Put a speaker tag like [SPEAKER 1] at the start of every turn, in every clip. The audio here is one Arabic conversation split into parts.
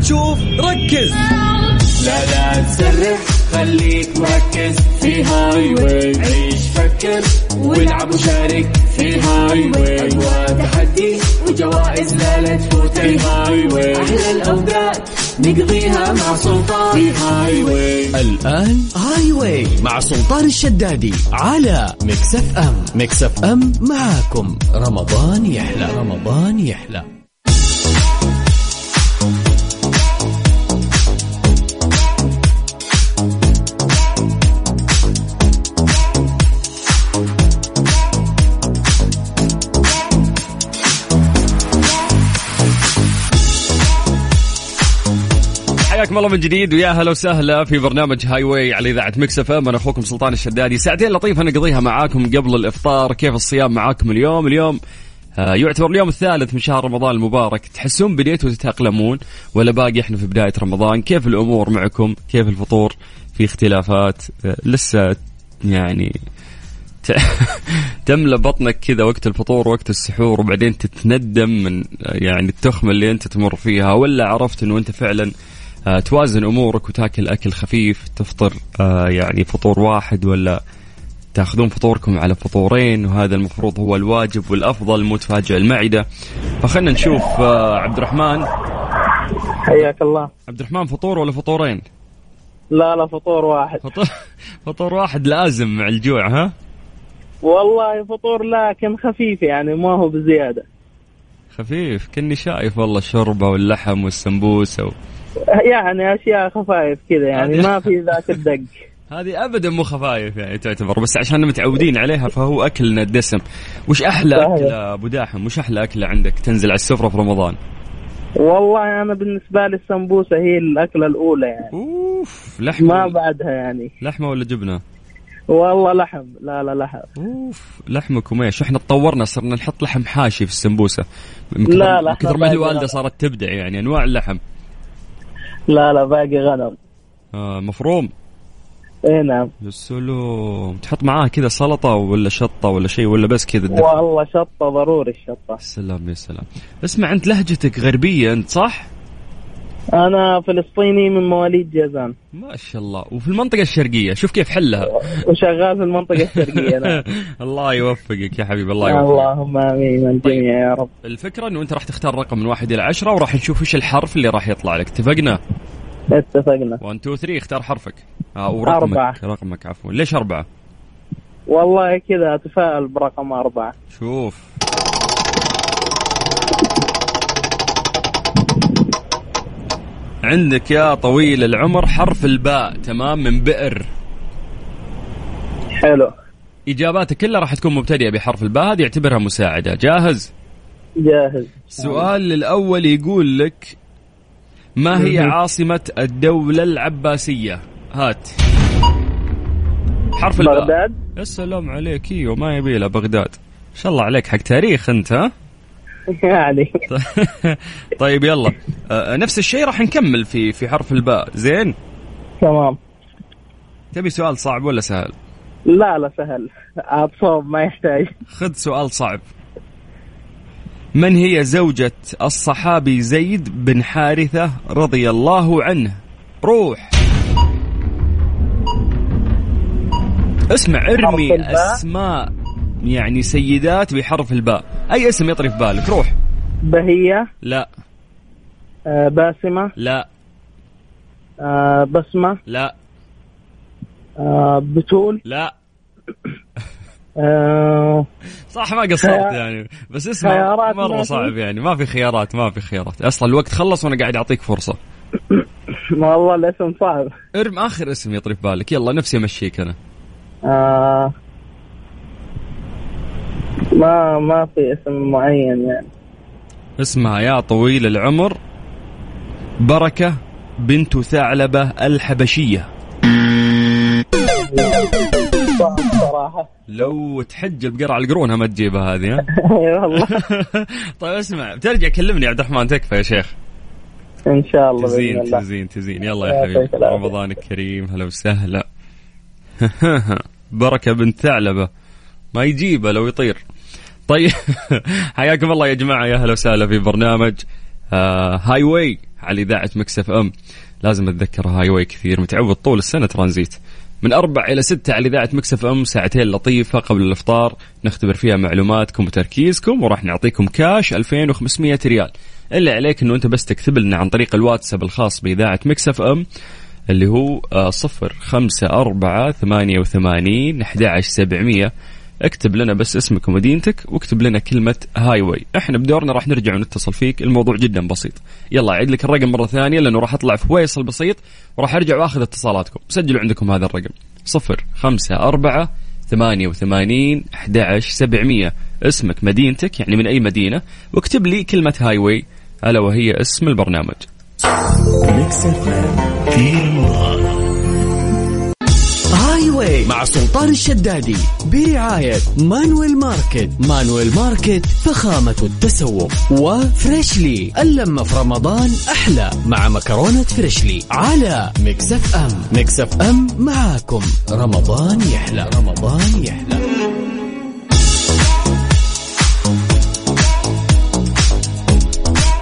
[SPEAKER 1] تشوف ركز
[SPEAKER 2] لا لا تسرح خليك مركز في هاي واي عيش فكر والعب وشارك في هاي واي أجواء تحدي وجوائز لا لا تفوت في هاي واي أحلى الأوقات نقضيها مع سلطان في هاي واي
[SPEAKER 1] الآن هاي واي مع سلطان الشدادي على مكسف أم مكسف أم معاكم رمضان يحلى رمضان يحلى
[SPEAKER 3] حياكم الله من جديد ويا هلا وسهلا في برنامج هاي واي على اذاعه مكس اف ام انا اخوكم سلطان الشدادي ساعتين لطيفه نقضيها معاكم قبل الافطار كيف الصيام معاكم اليوم اليوم آه، يعتبر اليوم الثالث من شهر رمضان المبارك تحسون بديتوا تتأقلمون ولا باقي احنا في بداية رمضان كيف الأمور معكم كيف الفطور في اختلافات آه، لسه يعني ت- تملى بطنك كذا وقت الفطور وقت السحور وبعدين تتندم من يعني التخمة اللي انت تمر فيها ولا عرفت انه انت فعلا آه، توازن امورك وتاكل اكل خفيف تفطر آه، يعني فطور واحد ولا تاخذون فطوركم على فطورين وهذا المفروض هو الواجب والافضل مو تفاجئ المعده فخلنا نشوف آه، عبد الرحمن
[SPEAKER 4] حياك الله
[SPEAKER 3] عبد الرحمن فطور ولا فطورين
[SPEAKER 4] لا لا فطور واحد
[SPEAKER 3] فطور فطور واحد لازم مع الجوع ها
[SPEAKER 4] والله فطور لكن خفيف يعني ما هو بزيادة
[SPEAKER 3] خفيف كني شايف والله الشوربه واللحم والسمبوسه و...
[SPEAKER 4] يعني أشياء خفايف كذا يعني ما في ذاك الدق
[SPEAKER 3] هذه ابدا مو خفايف يعني تعتبر بس عشان متعودين عليها فهو اكلنا الدسم وش احلى
[SPEAKER 4] صحيح.
[SPEAKER 3] اكله ابو داحم وش احلى اكله عندك تنزل على السفره في رمضان
[SPEAKER 4] والله أنا بالنسبة لي السمبوسة هي الأكلة الأولى يعني
[SPEAKER 3] اوف لحمه
[SPEAKER 4] ما
[SPEAKER 3] ولا-
[SPEAKER 4] بعدها يعني
[SPEAKER 3] لحمه ولا جبنه
[SPEAKER 4] والله لحم لا لا لحم
[SPEAKER 3] اوف لحم كوميش احنا تطورنا صرنا نحط لحم حاشي في السمبوسه من كثر-
[SPEAKER 4] لا، لا،
[SPEAKER 3] من
[SPEAKER 4] إحنا
[SPEAKER 3] كثر ما
[SPEAKER 4] باقي
[SPEAKER 3] الوالده
[SPEAKER 4] لا.
[SPEAKER 3] صارت تبدع يعني انواع اللحم
[SPEAKER 4] لا لا باقي غنم
[SPEAKER 3] آه مفروم
[SPEAKER 4] اي نعم
[SPEAKER 3] يا سلام تحط معاه كذا سلطه ولا شطه ولا شيء ولا بس كذا الدفع.
[SPEAKER 4] والله شطة ضروري الشطة
[SPEAKER 3] يا سلام يا سلام اسمع انت لهجتك غربيه انت صح
[SPEAKER 4] أنا فلسطيني من مواليد جازان
[SPEAKER 3] ما شاء الله وفي المنطقه الشرقيه شوف كيف حلها
[SPEAKER 4] وشغال في المنطقة الشرقية أنا
[SPEAKER 3] الله يوفقك يا حبيبي الله يوفقك
[SPEAKER 4] اللهم آمين الجميع يا رب
[SPEAKER 3] الفكره انه انت راح تختار رقم من واحد الى عشرة وراح نشوف وش الحرف اللي راح يطلع لك اتفقنا
[SPEAKER 4] اتفقنا
[SPEAKER 3] 1 2 3 اختار حرفك آه ورقمك
[SPEAKER 4] أربعة.
[SPEAKER 3] رقمك عفوا ليش أربعة؟
[SPEAKER 4] والله كذا أتفائل برقم أربعة
[SPEAKER 3] شوف عندك يا طويل العمر حرف الباء تمام من بئر
[SPEAKER 4] حلو
[SPEAKER 3] إجاباتك كلها راح تكون مبتدئة بحرف الباء هذه اعتبرها مساعدة جاهز
[SPEAKER 4] جاهز
[SPEAKER 3] السؤال الأول يقول لك ما هي عاصمة الدولة العباسية هات حرف الباء
[SPEAKER 4] بغداد
[SPEAKER 3] يا سلام عليك ايوه ما يبي له بغداد ان شاء الله عليك حق تاريخ انت ها
[SPEAKER 4] يعني
[SPEAKER 3] طيب يلا آه، نفس الشيء راح نكمل في في حرف الباء زين
[SPEAKER 4] تمام
[SPEAKER 3] تبي سؤال صعب ولا سهل
[SPEAKER 4] لا لا سهل عاد صوب ما يحتاج
[SPEAKER 3] خذ سؤال صعب من هي زوجة الصحابي زيد بن حارثة رضي الله عنه روح اسمع ارمي
[SPEAKER 4] الباء.
[SPEAKER 3] اسماء يعني سيدات بحرف الباء اي اسم يطري في بالك روح
[SPEAKER 4] بهية
[SPEAKER 3] لا
[SPEAKER 4] آه، باسمة
[SPEAKER 3] لا
[SPEAKER 4] آه، بسمة
[SPEAKER 3] لا
[SPEAKER 4] آه، بتول
[SPEAKER 3] لا
[SPEAKER 4] آه،
[SPEAKER 3] صح ما قصرت يعني بس اسمع
[SPEAKER 4] خيارات ما
[SPEAKER 3] مره
[SPEAKER 4] في.
[SPEAKER 3] صعب يعني ما في خيارات ما في خيارات اصلا الوقت خلص وانا قاعد اعطيك فرصه
[SPEAKER 4] والله الاسم صعب
[SPEAKER 3] ارم اخر اسم يطري في بالك يلا نفسي امشيك انا
[SPEAKER 4] آه، ما ما في اسم معين يعني
[SPEAKER 3] اسمها يا طويل العمر بركه بنت ثعلبه الحبشيه
[SPEAKER 4] صعب صراحة
[SPEAKER 3] لو تحج بقرع القرون ما تجيبها هذه ها؟
[SPEAKER 4] اي والله
[SPEAKER 3] طيب اسمع بترجع كلمني يا عبد الرحمن تكفى يا شيخ
[SPEAKER 4] ان شاء الله باذن
[SPEAKER 3] تزين
[SPEAKER 4] الله
[SPEAKER 3] تزين تزين يلا يا
[SPEAKER 4] يعطيك
[SPEAKER 3] حبيبي
[SPEAKER 4] العافية.
[SPEAKER 3] رمضانك كريم هلا وسهلا بركة بنت ثعلبة ما يجيبه لو يطير طيب حياكم الله يا جماعة يا هلا وسهلا في برنامج آه هاي واي على اذاعه مكسف ام لازم اتذكر هاي واي كثير متعود طول السنه ترانزيت من أربع إلى ستة على إذاعة مكسف أم ساعتين لطيفة قبل الإفطار نختبر فيها معلوماتكم وتركيزكم وراح نعطيكم كاش 2500 ريال إلا عليك أنه أنت بس تكتب لنا عن طريق الواتساب الخاص بإذاعة مكسف أم اللي هو آه، صفر خمسة أربعة ثمانية وثمانين أحد عشر سبعمية اكتب لنا بس اسمك ومدينتك واكتب لنا كلمة هاي واي احنا بدورنا راح نرجع ونتصل فيك الموضوع جدا بسيط يلا اعيد لك الرقم مرة ثانية لانه راح اطلع في فيصل بسيط وراح ارجع واخذ اتصالاتكم سجلوا عندكم هذا الرقم صفر خمسة أربعة ثمانية وثمانين أحد عشر سبعمية اسمك مدينتك يعني من أي مدينة واكتب لي كلمة هاي واي ألا وهي اسم البرنامج
[SPEAKER 1] ميكس اف ام هاي واي مع سلطان الشدادي برعاية مانويل ماركت مانويل ماركت فخامة التسوق وفريشلي اللمة في رمضان أحلى مع مكرونة فريشلي على ميكس اف ام ميكس اف ام معاكم رمضان يحلى رمضان يحلى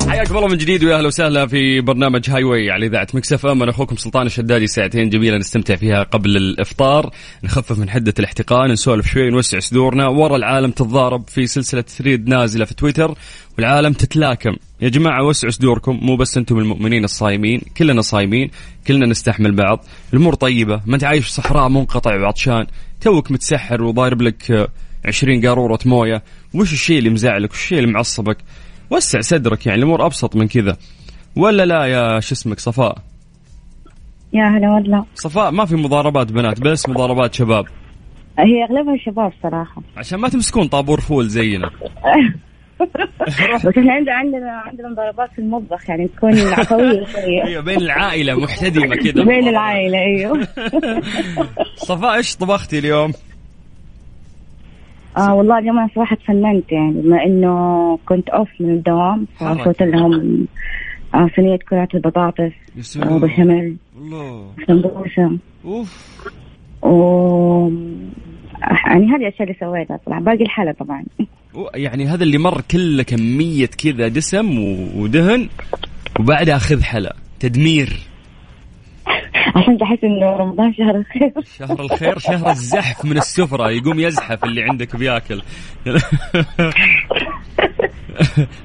[SPEAKER 3] حياكم الله من جديد ويا اهلا وسهلا في برنامج هاي واي على اذاعه مكسف ام انا اخوكم سلطان الشدادي ساعتين جميله نستمتع فيها قبل الافطار نخفف من حده الاحتقان نسولف شوي نوسع صدورنا ورا العالم تتضارب في سلسله ثريد نازله في تويتر والعالم تتلاكم يا جماعه وسعوا صدوركم مو بس انتم المؤمنين الصايمين كلنا صايمين كلنا نستحمل بعض الامور طيبه ما انت عايش في صحراء منقطع وعطشان توك متسحر وضارب لك آه، 20 قاروره مويه وش الشيء اللي مزعلك وش الشيء اللي معصبك وسع صدرك يعني الامور ابسط من كذا ولا لا يا شو اسمك صفاء
[SPEAKER 5] يا هلا والله
[SPEAKER 3] صفاء ما في مضاربات بنات بس مضاربات شباب
[SPEAKER 5] هي اغلبها شباب صراحه
[SPEAKER 3] عشان ما تمسكون طابور فول زينا
[SPEAKER 5] بس احنا عندنا عندنا عندنا مضاربات في المطبخ يعني تكون عفويه شويه
[SPEAKER 3] ايوه بين العائله محتدمه كذا
[SPEAKER 5] بين العائله ايوه
[SPEAKER 3] صفاء ايش طبختي اليوم؟
[SPEAKER 5] آه والله اليوم انا صراحه تفننت يعني بما انه كنت اوف من الدوام
[SPEAKER 3] حرك.
[SPEAKER 5] فسويت لهم آه صينيه كرات البطاطس
[SPEAKER 3] يا
[SPEAKER 5] آه
[SPEAKER 3] سلام
[SPEAKER 5] بشاميل
[SPEAKER 3] الله
[SPEAKER 5] سمبوسه
[SPEAKER 3] اوف
[SPEAKER 5] و يعني هذه الاشياء اللي سويتها طبعا باقي الحلا طبعا
[SPEAKER 3] أو- يعني هذا اللي مر كله كميه كذا دسم و- ودهن وبعدها اخذ حلا تدمير
[SPEAKER 5] عشان تحس انه رمضان شهر الخير
[SPEAKER 3] شهر الخير شهر الزحف من السفرة يقوم يزحف اللي عندك بياكل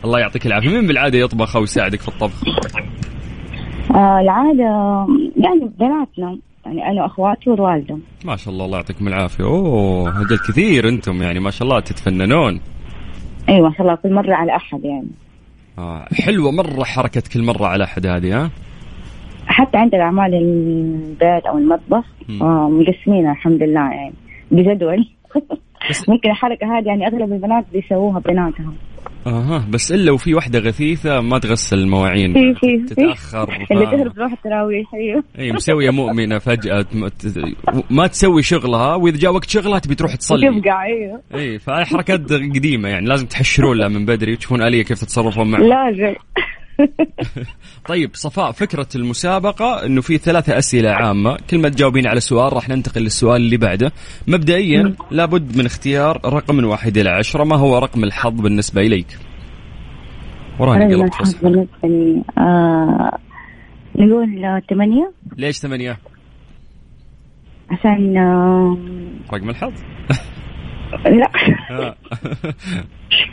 [SPEAKER 3] الله يعطيك العافية مين بالعادة يطبخ أو يساعدك في الطبخ
[SPEAKER 5] آه العاده يعني بناتنا يعني انا واخواتي والوالده
[SPEAKER 3] ما شاء الله الله يعطيكم العافية أوه هجل كثير أنتم يعني ما شاء الله تتفننون
[SPEAKER 5] ايوه ما شاء الله كل مره على احد يعني
[SPEAKER 3] آه حلوة مرة حركة كل مرة على أحد هذه ها
[SPEAKER 5] حتى عندنا اعمال البيت او المطبخ
[SPEAKER 3] مم.
[SPEAKER 5] آه، مقسمينها الحمد لله يعني بجدول ممكن الحركه هذه يعني اغلب البنات بيسووها بناتها
[SPEAKER 3] اها بس الا وفي واحده غثيثه ما تغسل المواعين
[SPEAKER 5] في في في
[SPEAKER 3] تتاخر
[SPEAKER 5] اللي
[SPEAKER 3] آه.
[SPEAKER 5] تهرب تروح التراويح ايوه
[SPEAKER 3] اي مسويه مؤمنه فجاه تم- ت- ما تسوي شغلها واذا جاء وقت شغلها تبي تروح تصلي
[SPEAKER 5] تبقى ايوه
[SPEAKER 3] اي فهي حركات قديمه يعني لازم تحشرون لها من بدري وتشوفون اليه كيف تتصرفون معها
[SPEAKER 5] لازم
[SPEAKER 3] طيب صفاء فكره المسابقه انه في ثلاثه اسئله عامه كل ما تجاوبين على سؤال راح ننتقل للسؤال اللي بعده مبدئيا لابد من اختيار رقم من واحد الى عشره ما هو رقم الحظ بالنسبه اليك وراني
[SPEAKER 5] رقم
[SPEAKER 3] قلبت
[SPEAKER 5] الحظ
[SPEAKER 3] طيب، فصل.
[SPEAKER 5] بالنسبه لي آه، نقول ثمانية
[SPEAKER 3] ليش ثمانيه
[SPEAKER 5] عشان آه،
[SPEAKER 3] رقم الحظ
[SPEAKER 5] لا
[SPEAKER 3] آه.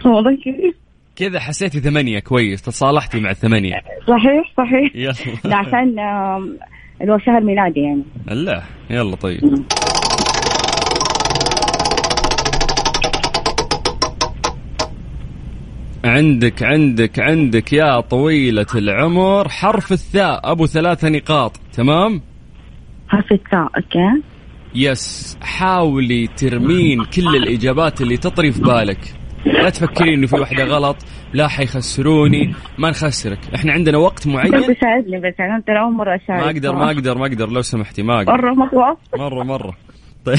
[SPEAKER 5] والله كذا.
[SPEAKER 3] كذا حسيتي ثمانيه كويس تصالحتي مع الثمانيه
[SPEAKER 5] صحيح صحيح لا
[SPEAKER 3] يلا
[SPEAKER 5] عشان آه، اللي هو شهر ميلادي يعني
[SPEAKER 3] لا يلا طيب عندك عندك عندك يا طويلة العمر حرف الثاء أبو ثلاثة نقاط تمام
[SPEAKER 5] حرف التاء اوكي
[SPEAKER 3] يس حاولي ترمين كل الإجابات اللي تطري في بالك لا تفكرين انه في واحدة غلط لا حيخسروني ما نخسرك احنا عندنا وقت معين
[SPEAKER 5] طيب ساعدني بس يعني انت اول مره اشارك
[SPEAKER 3] أيوة. ما اقدر ما اقدر ما اقدر لو سمحتي ما اقدر
[SPEAKER 5] مره مره
[SPEAKER 3] مرة مرة طيب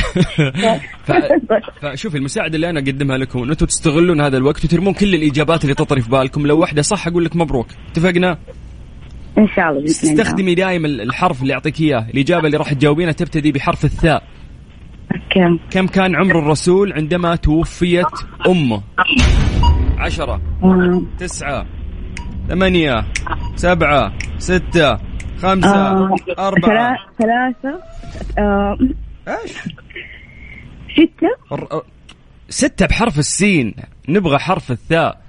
[SPEAKER 3] ف- فشوف المساعده اللي انا اقدمها لكم ان انتم تستغلون هذا الوقت وترمون كل الاجابات اللي تطري في بالكم لو واحده صح اقول لك مبروك اتفقنا
[SPEAKER 5] ان شاء الله بإذن الله.
[SPEAKER 3] استخدمي دائما الحرف اللي اعطيك اياه الاجابه اللي راح تجاوبينها تبتدي بحرف الثاء
[SPEAKER 5] اوكي
[SPEAKER 3] كم كان عمر الرسول عندما توفيت امه عشرة
[SPEAKER 5] آه،
[SPEAKER 3] تسعة ثمانية سبعة ستة خمسة
[SPEAKER 5] آه،
[SPEAKER 3] أربعة
[SPEAKER 5] ثلا- ثلاثة آه،
[SPEAKER 3] إيش
[SPEAKER 5] ستة
[SPEAKER 3] الر- ستة بحرف السين نبغى حرف الثاء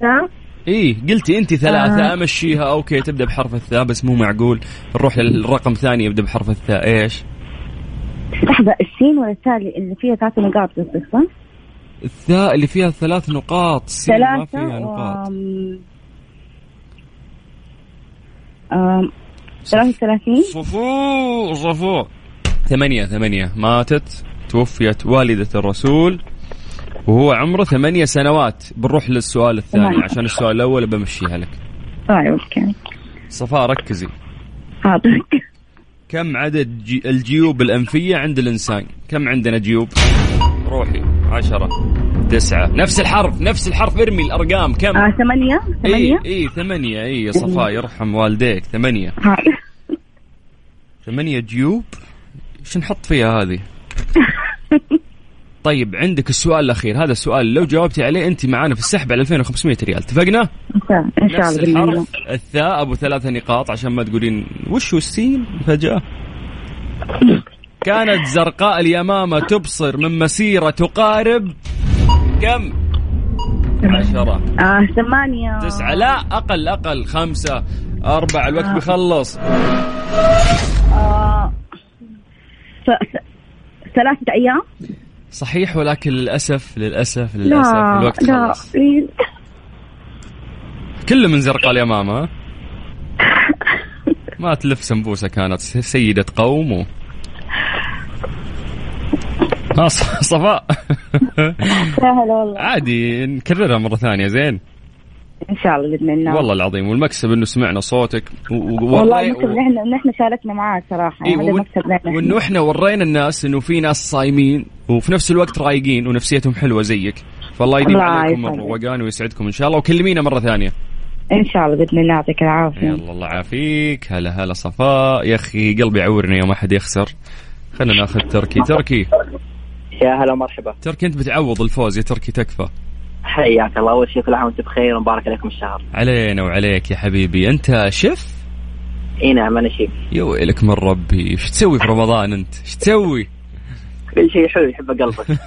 [SPEAKER 5] ثا
[SPEAKER 3] ايه قلتي انت ثلاثة امشيها اوكي تبدا بحرف الثاء بس مو معقول نروح للرقم ثاني يبدا بحرف الثاء ايش؟
[SPEAKER 5] لحظة السين ولا الثاء اللي- اللي فيها ثلاث نقاط قصدك صح؟
[SPEAKER 3] الثاء اللي فيها ثلاث نقاط سين ما
[SPEAKER 5] ثلاثة
[SPEAKER 3] فيها نقاط
[SPEAKER 5] وأم- أم، ثلاثة وثلاثين
[SPEAKER 3] صفو صفو ثمانية ثمانية ماتت توفيت والدة الرسول وهو عمره ثمانية سنوات بنروح للسؤال الثاني
[SPEAKER 5] ثمانية.
[SPEAKER 3] عشان السؤال الأول بمشيها لك
[SPEAKER 5] طيب اوكي
[SPEAKER 3] صفاء ركزي
[SPEAKER 5] حاضر
[SPEAKER 3] كم عدد جي الجيوب الأنفية عند الإنسان كم عندنا جيوب روحي عشرة تسعة نفس الحرف نفس الحرف ارمي الأرقام كم
[SPEAKER 5] آه، ثمانية ثمانية
[SPEAKER 3] اي اي ثمانية اي يا صفاء يرحم والديك ثمانية
[SPEAKER 5] حاضر
[SPEAKER 3] ثمانية جيوب ايش نحط فيها هذه؟ طيب عندك السؤال الاخير هذا السؤال لو جاوبتي عليه انت معانا في السحب على 2500 ريال اتفقنا؟
[SPEAKER 5] إن شاء- ان شاء
[SPEAKER 3] نفس
[SPEAKER 5] الله بإذن الله
[SPEAKER 3] الحرف الثاء ابو ثلاثة نقاط عشان ما تقولين وش هو السين فجأة كانت زرقاء اليمامة تبصر من مسيرة تقارب كم؟ عشرة
[SPEAKER 5] آه، ثمانية
[SPEAKER 3] تسعة لا أقل أقل خمسة أربعة الوقت بيخلص
[SPEAKER 5] آه، ث- ث- ثلاثة أيام
[SPEAKER 3] صحيح ولكن للاسف للاسف
[SPEAKER 5] لا
[SPEAKER 3] للاسف الوقت
[SPEAKER 5] لا إيه،
[SPEAKER 3] خلص
[SPEAKER 5] بليز.
[SPEAKER 3] كله من زرقاء اليمامة ها؟ ما تلف سمبوسه كانت س- سيده قوم و... آه، ص- صفاء
[SPEAKER 5] سهل والله
[SPEAKER 3] عادي نكررها مره ثانيه زين
[SPEAKER 5] ان شاء الله باذن الله
[SPEAKER 3] والله العظيم والمكسب انه سمعنا صوتك و... و...
[SPEAKER 5] نعم. والله
[SPEAKER 3] وري-
[SPEAKER 5] المكتب نحن نحن شاركنا معاه صراحه
[SPEAKER 3] إيه،
[SPEAKER 5] يعني هذا
[SPEAKER 3] وإن-
[SPEAKER 5] المكتب نحن
[SPEAKER 3] وانه احنا ورينا الناس انه في ناس صايمين وفي نفس الوقت رايقين ونفسيتهم حلوه زيك فالله يديم
[SPEAKER 5] الله
[SPEAKER 3] عليكم
[SPEAKER 5] يسعدك.
[SPEAKER 3] الروقان ويسعدكم ان شاء الله وكلمينا مره ثانيه
[SPEAKER 5] ان شاء الله باذن الله يعطيك العافيه
[SPEAKER 3] يلا الله يعافيك هلا هلا صفاء يا اخي قلبي يعورني يوم احد يخسر خلينا ناخذ تركي تركي
[SPEAKER 6] يا هلا ومرحبا
[SPEAKER 3] تركي انت بتعوض الفوز يا تركي تكفى
[SPEAKER 6] حياك الله اول شيء كل عام وانتم بخير ومبارك عليكم الشهر
[SPEAKER 3] علينا وعليك يا حبيبي انت شف
[SPEAKER 6] اي نعم انا شيء
[SPEAKER 3] يا ويلك من ربي ايش تسوي في رمضان انت ايش تسوي
[SPEAKER 6] كل شيء حلو يحبه قلبك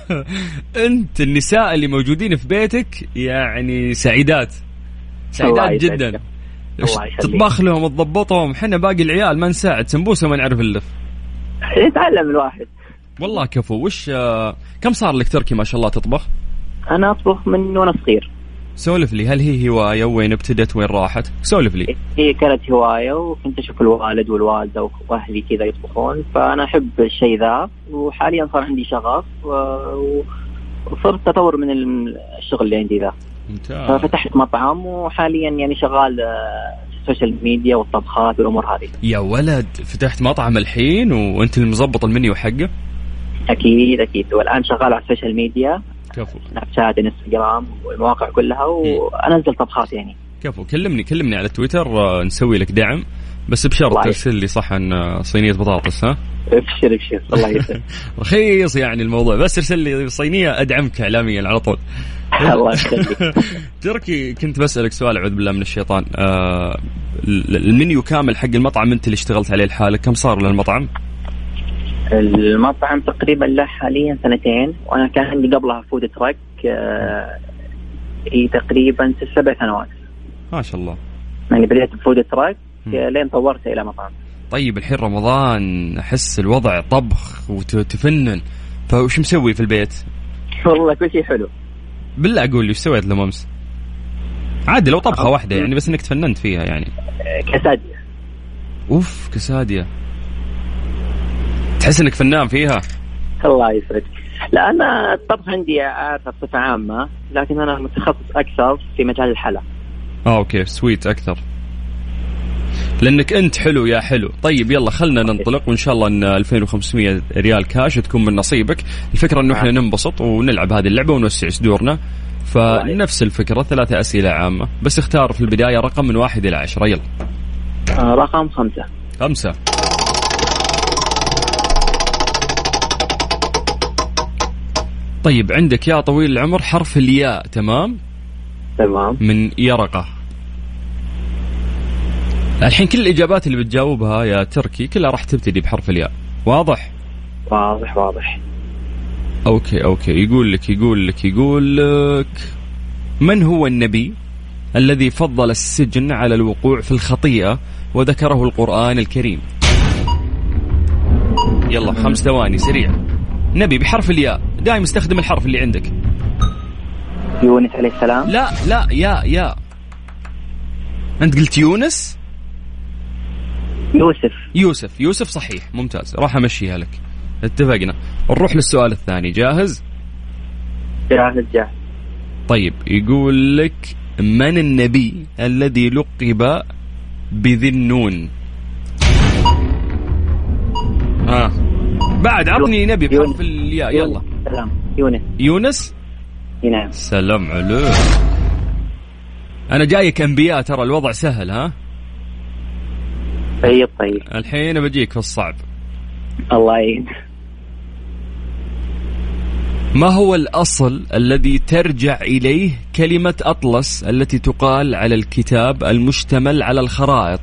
[SPEAKER 3] انت النساء اللي موجودين في بيتك يعني سعيدات
[SPEAKER 6] الله
[SPEAKER 3] سعيدات
[SPEAKER 6] يسعدك.
[SPEAKER 3] جدا
[SPEAKER 6] الله
[SPEAKER 3] إيش
[SPEAKER 6] يخليك.
[SPEAKER 3] تطبخ لهم تضبطهم احنا باقي العيال ما نساعد سمبوسه ما نعرف نلف
[SPEAKER 6] يتعلم إيه، الواحد
[SPEAKER 3] والله كفو وش آه، كم صار لك تركي ما شاء الله تطبخ
[SPEAKER 6] انا اطبخ من وانا صغير
[SPEAKER 3] سولف لي هل هي هوايه وين ابتدت وين راحت؟ سولف لي
[SPEAKER 6] هي كانت هوايه وكنت اشوف الوالد والوالده واهلي كذا يطبخون فانا احب الشيء ذا وحاليا صار عندي شغف و- وصرت اطور من الشغل اللي عندي ذا
[SPEAKER 3] ممتاز
[SPEAKER 6] ففتحت مطعم وحاليا يعني شغال آه، في السوشيال ميديا والطبخات والامور هذه
[SPEAKER 3] يا ولد فتحت مطعم الحين وانت اللي مظبط المنيو حقه
[SPEAKER 6] اكيد اكيد والان شغال على السوشيال ميديا
[SPEAKER 3] كفو
[SPEAKER 6] سناب شات انستغرام والمواقع كلها وانزل طبخات يعني
[SPEAKER 3] كفو كلمني كلمني على تويتر آه، نسوي لك دعم بس بشرط
[SPEAKER 6] الله
[SPEAKER 3] ترسل لي صحن آه، صينيه بطاطس ها
[SPEAKER 6] ابشر ابشر الله يسلمك
[SPEAKER 3] رخيص يعني الموضوع بس ارسل لي صينيه ادعمك اعلاميا على طول
[SPEAKER 6] الله يخليك
[SPEAKER 3] تركي كنت بسالك سؤال اعوذ بالله من الشيطان آه ال- المنيو كامل حق المطعم انت اللي اشتغلت عليه لحالك كم صار للمطعم؟
[SPEAKER 6] المطعم تقريبا له حاليا سنتين وانا كان عندي قبلها فود تراك آه، إيه، تقريبا ست سبع سنوات
[SPEAKER 3] ما شاء الله
[SPEAKER 6] يعني بديت بفود تراك
[SPEAKER 3] مم.
[SPEAKER 6] آه، لين طورت الى مطعم
[SPEAKER 3] طيب الحين رمضان احس الوضع طبخ وتفنن فوش مسوي في البيت؟
[SPEAKER 6] والله كل شيء حلو
[SPEAKER 3] بالله قول لي وش سويت لهم امس؟ عادي لو طبخه واحده يعني بس انك تفننت فيها يعني
[SPEAKER 6] آه، كسادية
[SPEAKER 3] اوف كسادية تحس انك فنان فيها
[SPEAKER 6] الله يسعدك لا انا الطبخ عندي اعرفه بصفه عامه لكن انا متخصص اكثر في مجال الحلا
[SPEAKER 3] اه اوكي سويت اكثر لانك انت حلو يا حلو طيب يلا خلنا ننطلق وان شاء الله ان 2500 ريال كاش تكون من نصيبك الفكره انه احنا ننبسط ونلعب هذه اللعبه ونوسع صدورنا فنفس الفكره ثلاثه اسئله عامه بس اختار في البدايه رقم من واحد الى عشره يلا
[SPEAKER 6] آه، رقم خمسه
[SPEAKER 3] خمسه طيب عندك يا طويل العمر حرف الياء تمام
[SPEAKER 6] تمام
[SPEAKER 3] من يرقة الحين كل الاجابات اللي بتجاوبها يا تركي كلها راح تبتدي بحرف الياء واضح
[SPEAKER 6] واضح واضح
[SPEAKER 3] اوكي اوكي يقول لك يقول لك يقول لك من هو النبي الذي فضل السجن على الوقوع في الخطيئه وذكره القران الكريم يلا خمس ثواني سريع نبي بحرف الياء دايم استخدم الحرف اللي عندك
[SPEAKER 6] يونس عليه السلام
[SPEAKER 3] لا لا يا يا انت قلت يونس
[SPEAKER 6] يوسف
[SPEAKER 3] يوسف يوسف صحيح ممتاز راح امشيها لك اتفقنا نروح للسؤال الثاني جاهز
[SPEAKER 6] جاهز جاهز
[SPEAKER 3] طيب يقول لك من النبي الذي لقب بذي النون آه. بعد عطني نبي بحرف الياء يلا
[SPEAKER 6] يونس. سلام يونس
[SPEAKER 3] يونس
[SPEAKER 6] إي نعم
[SPEAKER 3] سلام عليك انا جايك انبياء ترى الوضع سهل ها
[SPEAKER 6] طيب طيب
[SPEAKER 3] الحين بجيك في الصعب
[SPEAKER 6] الله يعين
[SPEAKER 3] ما هو الأصل الذي ترجع إليه كلمة أطلس التي تقال على الكتاب المشتمل على الخرائط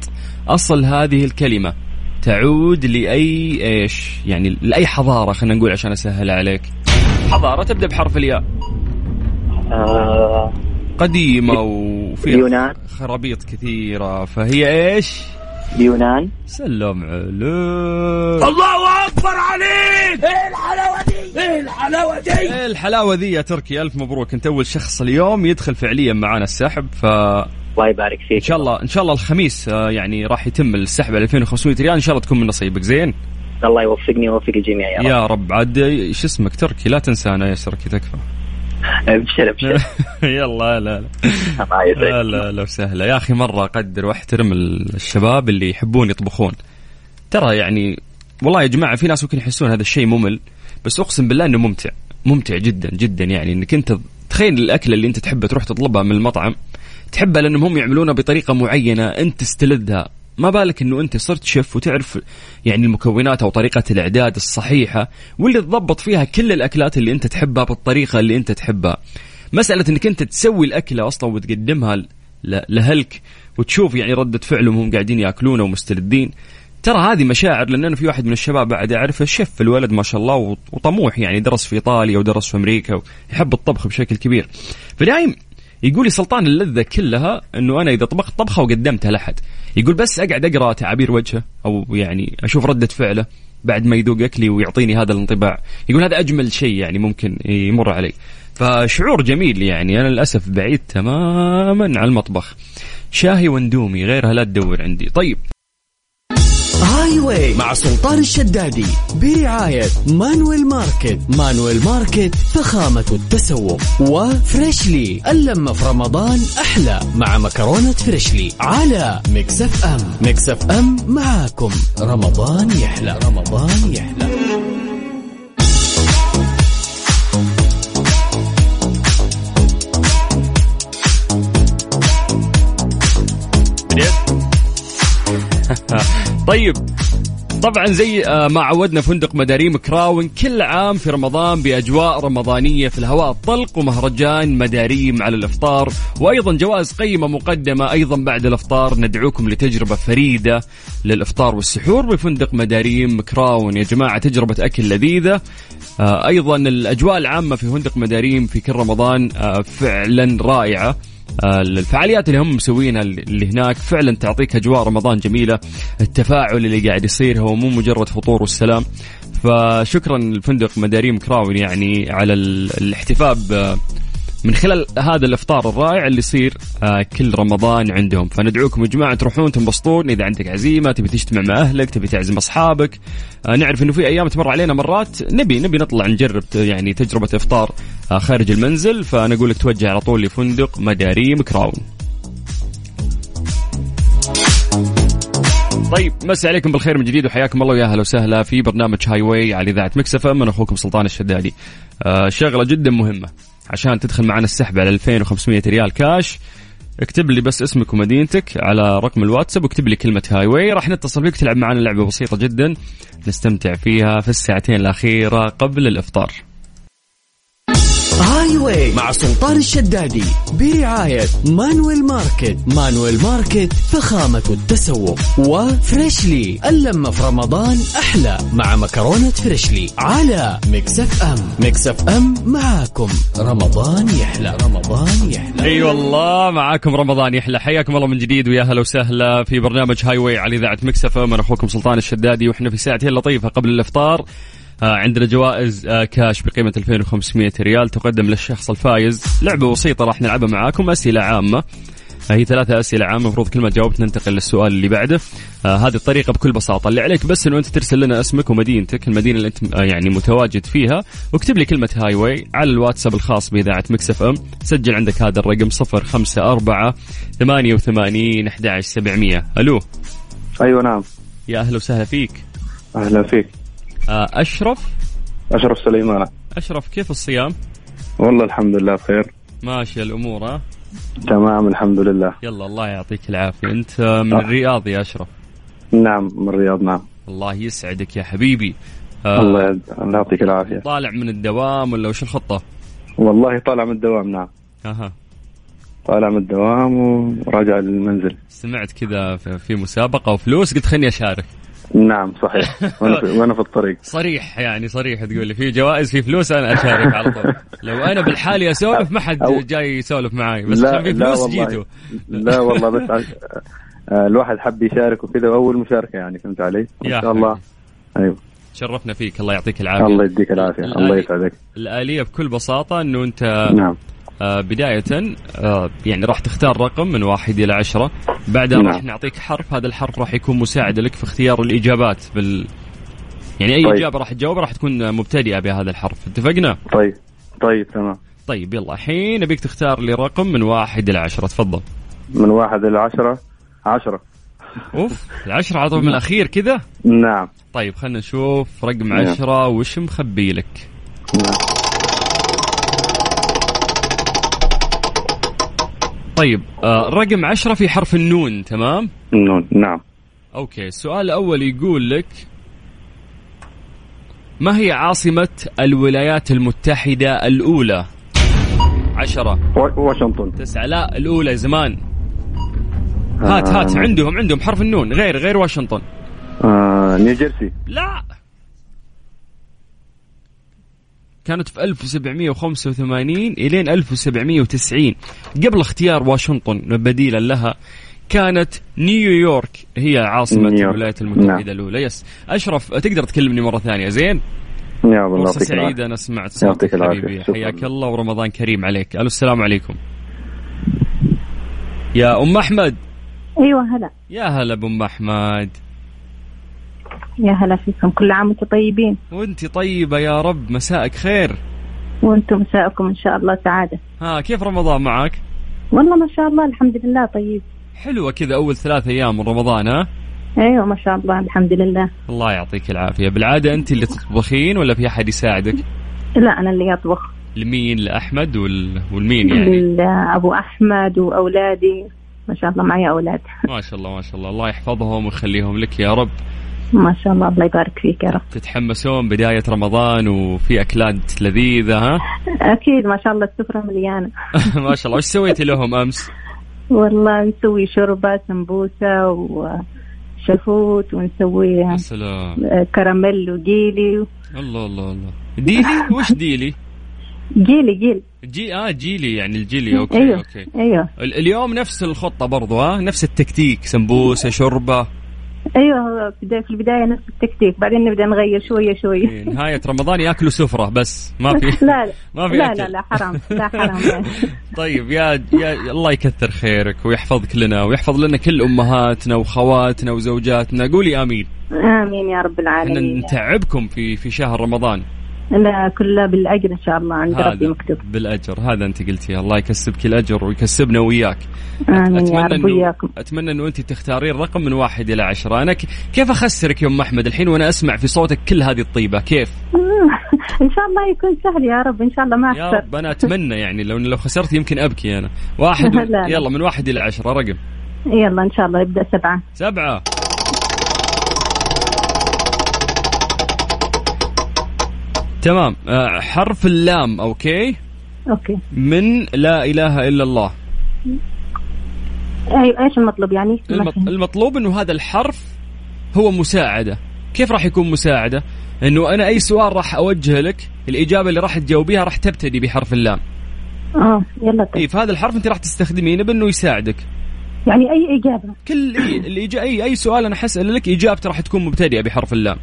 [SPEAKER 3] أصل هذه الكلمة تعود لأي إيش يعني لأي حضارة خلينا نقول عشان أسهل عليك حضارة تبدأ بحرف الياء
[SPEAKER 6] آه
[SPEAKER 3] قديمة وفيها
[SPEAKER 6] اليونان.
[SPEAKER 3] خرابيط كثيرة فهي إيش
[SPEAKER 6] يونان
[SPEAKER 3] سلام عليك الله
[SPEAKER 6] إيه
[SPEAKER 3] اكبر عليك ايه الحلاوه دي ايه الحلاوه دي ايه الحلاوه ذي يا تركي الف مبروك انت اول شخص اليوم يدخل فعليا معانا السحب فان
[SPEAKER 6] الله يبارك فيك
[SPEAKER 3] شاء الله ان شاء الله الخميس آه، يعني راح يتم السحب على 2500 ريال ان شاء الله تكون من نصيبك زين
[SPEAKER 6] الله يوفقني ويوفق الجميع يا رب
[SPEAKER 3] يا رب عاد شو اسمك تركي لا تنسانا يا تركي تكفى
[SPEAKER 6] ابشر ابشر
[SPEAKER 3] يلا لا لا
[SPEAKER 6] الله
[SPEAKER 3] لا
[SPEAKER 6] يسعدك
[SPEAKER 3] لا لا سهلة يا أخي مرة أقدر وأحترم ال- الشباب اللي يحبون يطبخون ترى يعني والله يا جماعة في ناس ممكن يحسون هذا الشيء ممل بس أقسم بالله أنه ممتع ممتع جدا جدا يعني أنك أنت تخيل الأكلة اللي أنت تحبها تروح تطلبها من المطعم تحبها لأنهم هم يعملونها بطريقة معينة أنت تستلذها ما بالك انه انت صرت شيف وتعرف يعني المكونات او طريقه الاعداد الصحيحه واللي تضبط فيها كل الاكلات اللي انت تحبها بالطريقه اللي انت تحبها. مساله انك انت تسوي الاكله اصلا وتقدمها ل- لهلك وتشوف يعني رده فعلهم هم قاعدين ياكلونه ومستلذين ترى هذه مشاعر لان انا في واحد من الشباب بعد اعرفه شيف الولد ما شاء الله وط- وطموح يعني درس في ايطاليا ودرس في امريكا ويحب الطبخ بشكل كبير فدايم يقول لي سلطان اللذه كلها انه انا اذا طبخت طبخه وقدمتها لاحد يقول بس اقعد اقرا تعابير وجهه او يعني اشوف رده فعله بعد ما يذوق اكلي ويعطيني هذا الانطباع يقول هذا اجمل شيء يعني ممكن يمر علي فشعور جميل يعني انا للاسف بعيد تماما عن المطبخ شاهي واندومي غيرها لا تدور عندي طيب
[SPEAKER 1] هاي واي مع سلطان الشدادي برعاية مانويل ماركت مانويل ماركت فخامة التسوق وفريشلي اللمة في رمضان أحلى مع مكرونة فريشلي على مكسف أم مكسف أم معاكم رمضان يحلى رمضان يحلى
[SPEAKER 3] طيب طبعا زي آه، ما عودنا فندق مداريم كراون كل عام في رمضان باجواء رمضانيه في الهواء الطلق ومهرجان مداريم على الافطار وايضا جوائز قيمه مقدمه ايضا بعد الافطار ندعوكم لتجربه فريده للافطار والسحور بفندق مداريم كراون يا جماعه تجربه اكل لذيذه آه، ايضا الاجواء العامه في فندق مداريم في كل رمضان آه، فعلا رائعه الفعاليات اللي هم مسوينها اللي هناك فعلا تعطيك اجواء رمضان جميله التفاعل اللي قاعد يصير هو مو مجرد فطور والسلام فشكرا لفندق مداريم كراون يعني على ال- الاحتفاء ب- من خلال هذا الافطار الرائع اللي يصير آه، كل رمضان عندهم فندعوكم يا جماعه تروحون تنبسطون اذا عندك عزيمه تبي تجتمع مع اهلك تبي تعزم اصحابك آه، نعرف انه في ايام تمر علينا مرات نبي نبي نطلع نجرب ت- يعني تجربه افطار آه، خارج المنزل فانا اقول لك توجه على طول لفندق مداريم كراون طيب مسي عليكم بالخير من جديد وحياكم الله ويا اهلا وسهلا في برنامج هاي واي على اذاعه مكسفه من اخوكم سلطان الشدادي. آه شغله جدا مهمه عشان تدخل معنا السحب على 2500 ريال كاش اكتب لي بس اسمك ومدينتك على رقم الواتساب واكتب لي كلمه هاي واي راح نتصل بك تلعب معنا لعبه بسيطه جدا نستمتع فيها في الساعتين الاخيره قبل الافطار.
[SPEAKER 1] هاي واي مع سلطان الشدادي برعاية مانويل ماركت مانويل ماركت فخامة التسوق وفريشلي اللمة في رمضان أحلى مع مكرونة فريشلي على مكسف أم مكسف أم معاكم رمضان يحلى رمضان يحلى
[SPEAKER 3] اي والله معاكم رمضان يحلى حياكم الله من جديد ويا هلا وسهلا في برنامج هاي واي على اذاعه مكسفه من اخوكم سلطان الشدادي واحنا في ساعتين لطيفه قبل الافطار آه، عندنا جوائز آه، كاش بقيمة 2500 ريال تقدم للشخص الفايز لعبة بسيطة راح نلعبها معاكم أسئلة عامة آه، هي ثلاثة أسئلة عامة المفروض كل ما جاوبت ننتقل للسؤال اللي بعده آه، هذه الطريقة بكل بساطة اللي عليك بس أنه أنت ترسل لنا اسمك ومدينتك المدينة اللي أنت آه، يعني متواجد فيها واكتب لي كلمة هاي واي على الواتساب الخاص بإذاعة مكسف أم سجل عندك هذا الرقم 054 88 11700 ألو
[SPEAKER 7] ايوه نعم
[SPEAKER 3] يا أهلا وسهلا فيك
[SPEAKER 7] اهلا فيك
[SPEAKER 3] آه، أشرف
[SPEAKER 7] اشرف سليمان
[SPEAKER 3] أشرف كيف الصيام؟
[SPEAKER 7] والله الحمد لله بخير
[SPEAKER 3] ماشية الأمور ها؟
[SPEAKER 7] تمام الحمد لله
[SPEAKER 3] يلا الله يعطيك العافية أنت آه، من الرياض يا أشرف
[SPEAKER 7] نعم من الرياض نعم
[SPEAKER 3] الله يسعدك يا حبيبي آه،
[SPEAKER 7] الله يعد- الله يعطيك العافيه
[SPEAKER 3] طالع من الدوام ولا وش الخطة؟
[SPEAKER 7] والله طالع من الدوام نعم
[SPEAKER 3] أها
[SPEAKER 7] طالع من الدوام وراجع للمنزل
[SPEAKER 3] سمعت كذا في في مسابقة وفلوس قلت خلني أشارك
[SPEAKER 7] نعم صحيح وانا في, وأنا في الطريق
[SPEAKER 3] صريح يعني صريح تقول لي في جوائز في فلوس أنا أشارك على طول لو أنا بالحالي أسولف ما حد
[SPEAKER 7] أو-
[SPEAKER 3] جاي يسولف معاي بس عشان في فلوس جيتوا
[SPEAKER 7] لا والله بس عش- آه، الواحد حب يشارك وكذا واول مشاركه يعني فهمت علي؟
[SPEAKER 3] يا
[SPEAKER 7] ان شاء الله ايوه
[SPEAKER 3] شرفنا فيك الله يعطيك العافية
[SPEAKER 7] الله يديك العافيه الله
[SPEAKER 3] الآلي-
[SPEAKER 7] يسعدك
[SPEAKER 3] الآلية بكل بساطة أنه أنت
[SPEAKER 7] نعم
[SPEAKER 3] آه، بداية آه، يعني راح تختار رقم من واحد إلى عشرة بعدها
[SPEAKER 7] نعم.
[SPEAKER 3] راح نعطيك حرف هذا الحرف راح يكون مساعد لك في اختيار الإجابات بال يعني أي
[SPEAKER 7] طيب.
[SPEAKER 3] إجابة راح تجاوب راح تكون مبتدئة بهذا الحرف اتفقنا؟
[SPEAKER 7] طيب طيب تمام
[SPEAKER 3] طيب يلا الحين أبيك تختار لي رقم من واحد إلى عشرة تفضل
[SPEAKER 7] من واحد الى عشرة عشرة
[SPEAKER 3] أوف العشرة على طول من الأخير كذا
[SPEAKER 7] نعم
[SPEAKER 3] طيب خلنا نشوف رقم
[SPEAKER 7] نعم.
[SPEAKER 3] عشرة وش مخبي لك طيب آه، رقم عشرة في حرف النون تمام
[SPEAKER 7] نون نعم
[SPEAKER 3] اوكي السؤال الاول يقول لك ما هي عاصمة الولايات المتحدة الأولى؟ عشرة
[SPEAKER 7] و- واشنطن
[SPEAKER 3] تسعة لا الأولى زمان هات
[SPEAKER 7] آه،
[SPEAKER 3] هات عندهم عندهم حرف النون غير غير واشنطن
[SPEAKER 7] آه نيوجيرسي
[SPEAKER 3] لا كانت في 1785 الين 1790 قبل اختيار واشنطن بديلا لها كانت نيويورك هي عاصمة
[SPEAKER 7] نيويورك.
[SPEAKER 3] الولايات المتحدة
[SPEAKER 7] نعم.
[SPEAKER 3] الأولى يس أشرف تقدر تكلمني مرة ثانية زين
[SPEAKER 7] يا
[SPEAKER 3] فرصة
[SPEAKER 7] الله يعطيك
[SPEAKER 3] سعيدة
[SPEAKER 7] العافية.
[SPEAKER 3] أنا سمعت
[SPEAKER 7] يعطيك
[SPEAKER 3] صوتك
[SPEAKER 7] العافية.
[SPEAKER 3] حبيبي
[SPEAKER 7] شكراً.
[SPEAKER 3] حياك الله ورمضان كريم عليك ألو السلام عليكم يا أم أحمد
[SPEAKER 5] ايوه هلا
[SPEAKER 3] يا هلا بأم أحمد
[SPEAKER 5] يا هلا فيكم كل عام وانتم طيبين
[SPEAKER 3] وانت طيبة يا رب مساءك خير
[SPEAKER 5] وانتم مساءكم ان شاء الله سعاده
[SPEAKER 3] ها كيف رمضان معك؟
[SPEAKER 5] والله ما شاء الله الحمد لله طيب
[SPEAKER 3] حلوة كذا أول ثلاثة أيام من رمضان ها؟
[SPEAKER 5] ايوه ما شاء الله الحمد لله
[SPEAKER 3] الله يعطيك العافية بالعادة أنت اللي تطبخين ولا في أحد يساعدك؟
[SPEAKER 5] لا انا اللي اطبخ
[SPEAKER 3] لمين لأحمد وال... والمين يعني؟
[SPEAKER 5] لابو احمد واولادي ما شاء الله معي اولاد
[SPEAKER 3] ما شاء الله ما شاء الله الله يحفظهم ويخليهم لك يا رب
[SPEAKER 5] ما شاء الله الله يبارك فيك يا رب
[SPEAKER 3] تتحمسون بداية رمضان وفي أكلات لذيذة ها؟
[SPEAKER 5] اكيد ما شاء الله السفره مليانه
[SPEAKER 3] ما شاء الله وش سويتي لهم أمس؟
[SPEAKER 5] والله نسوي شوربه سمبوسه وشفوت ونسوي
[SPEAKER 3] يا سلام
[SPEAKER 5] آه، كراميل وجيلي
[SPEAKER 3] الله الله الله ديلي وش ديلي؟
[SPEAKER 5] جيلي جيل
[SPEAKER 3] جي اه جيلي يعني الجيلي اوكي
[SPEAKER 5] ايوه
[SPEAKER 3] اوكي
[SPEAKER 5] ايوه
[SPEAKER 3] ال- اليوم نفس الخطة برضو ها نفس التكتيك سمبوسة شوربة
[SPEAKER 5] ايوه بدا- في البدايه نفس التكتيك بعدين نبدا نغير شويه شويه
[SPEAKER 3] إيه، نهاية رمضان ياكلوا سفرة بس ما في
[SPEAKER 5] لا لا
[SPEAKER 3] ما في
[SPEAKER 5] لا
[SPEAKER 3] أكل.
[SPEAKER 5] لا, لا حرام لا حرام
[SPEAKER 3] طيب يا, يا الله يكثر خيرك ويحفظك لنا ويحفظ لنا كل امهاتنا وخواتنا وزوجاتنا قولي امين
[SPEAKER 5] امين يا رب
[SPEAKER 3] احنا
[SPEAKER 5] العالمين
[SPEAKER 3] نتعبكم في في شهر رمضان
[SPEAKER 5] لا كلها بالاجر ان شاء الله عند ربي
[SPEAKER 3] هذا
[SPEAKER 5] مكتوب
[SPEAKER 3] بالاجر هذا انت قلتيه الله يكسبك الاجر ويكسبنا وياك
[SPEAKER 5] امين يا
[SPEAKER 3] اتمنى
[SPEAKER 5] رب
[SPEAKER 3] انه
[SPEAKER 5] وياكم
[SPEAKER 3] اتمنى انه انت تختارين رقم من واحد الى عشرة انا ك- كيف اخسرك يا ام احمد الحين وانا اسمع في صوتك كل هذه الطيبه كيف
[SPEAKER 5] ان شاء الله يكون سهل يا رب ان شاء الله ما
[SPEAKER 3] يا
[SPEAKER 5] اخسر
[SPEAKER 3] رب انا اتمنى يعني لو لو خسرت يمكن ابكي انا واحد
[SPEAKER 5] لا، لا.
[SPEAKER 3] يلا من واحد الى عشرة رقم
[SPEAKER 5] يلا ان شاء الله يبدا سبعه
[SPEAKER 3] سبعة تمام آه، حرف اللام اوكي
[SPEAKER 8] اوكي
[SPEAKER 3] من لا اله الا الله
[SPEAKER 8] ايوه ايش المطلب يعني؟ ما
[SPEAKER 3] المط-
[SPEAKER 8] فهمت.
[SPEAKER 3] المطلوب انه هذا الحرف هو مساعده كيف راح يكون مساعده انه انا اي سؤال راح اوجه لك الاجابه اللي راح تجاوبيها راح تبتدي بحرف اللام
[SPEAKER 8] اه يلا طيب
[SPEAKER 3] اي فهذا الحرف انت راح تستخدمينه بانه يساعدك
[SPEAKER 8] يعني اي اجابه
[SPEAKER 3] كل إي الإجا... اي اي سؤال انا حسأل لك اجابته راح تكون مبتدئه بحرف اللام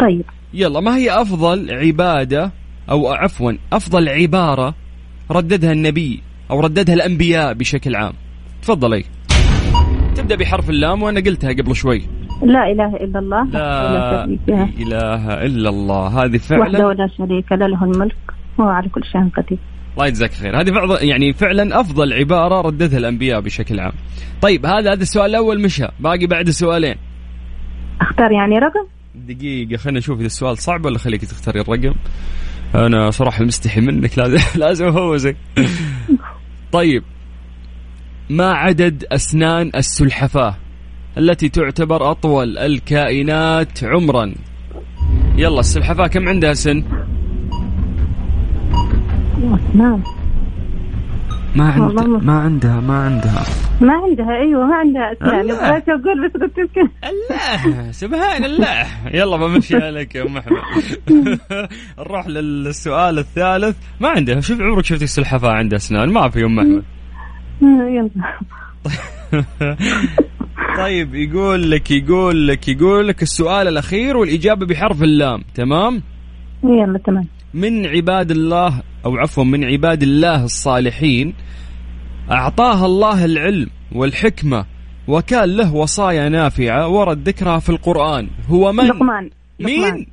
[SPEAKER 8] طيب
[SPEAKER 3] يلا ما هي افضل عباده او عفوا افضل عباره رددها النبي او رددها الانبياء بشكل عام تفضلي تبدا بحرف اللام وانا قلتها قبل شوي
[SPEAKER 8] لا اله الا الله
[SPEAKER 3] لا
[SPEAKER 8] شريك له.
[SPEAKER 3] اله الا الله هذه
[SPEAKER 8] وحده
[SPEAKER 3] فعلا
[SPEAKER 8] لا شريك له له الملك وهو على كل شيء قدير
[SPEAKER 3] الله يجزاك خير هذه فعلا يعني فعلا افضل عباره رددها الانبياء بشكل عام طيب هذا هذا السؤال الاول مشى باقي بعد سؤالين
[SPEAKER 8] اختار يعني رقم
[SPEAKER 3] دقيقة خلينا نشوف إذا السؤال صعب ولا خليك تختاري الرقم. أنا صراحة مستحي منك لازم لازم أفوزك. طيب ما عدد أسنان السلحفاة التي تعتبر أطول الكائنات عمرا؟ يلا السلحفاة كم عندها سن؟
[SPEAKER 8] نعم
[SPEAKER 3] ما
[SPEAKER 8] والله ما-
[SPEAKER 3] عندها ما عندها ما عندها
[SPEAKER 8] ما عندها ايوه ما عندها اسنان بس اقول بس قلت يمكن
[SPEAKER 3] الله سبحان الله يلا بمشي عليك يا ام احمد نروح للسؤال الثالث ما عندها شوف عمرك شفتي السلحفاه عندها اسنان ما في يا ام احمد
[SPEAKER 8] آه، يلا
[SPEAKER 3] طيب يقول لك يقول لك يقول لك السؤال الاخير والاجابه بحرف اللام تمام
[SPEAKER 8] يلا تمام
[SPEAKER 3] من عباد الله او عفوا من عباد الله الصالحين اعطاها الله العلم والحكمه وكان له وصايا نافعه ورد ذكرها في القران هو من
[SPEAKER 8] لقمان لقمان.
[SPEAKER 3] مين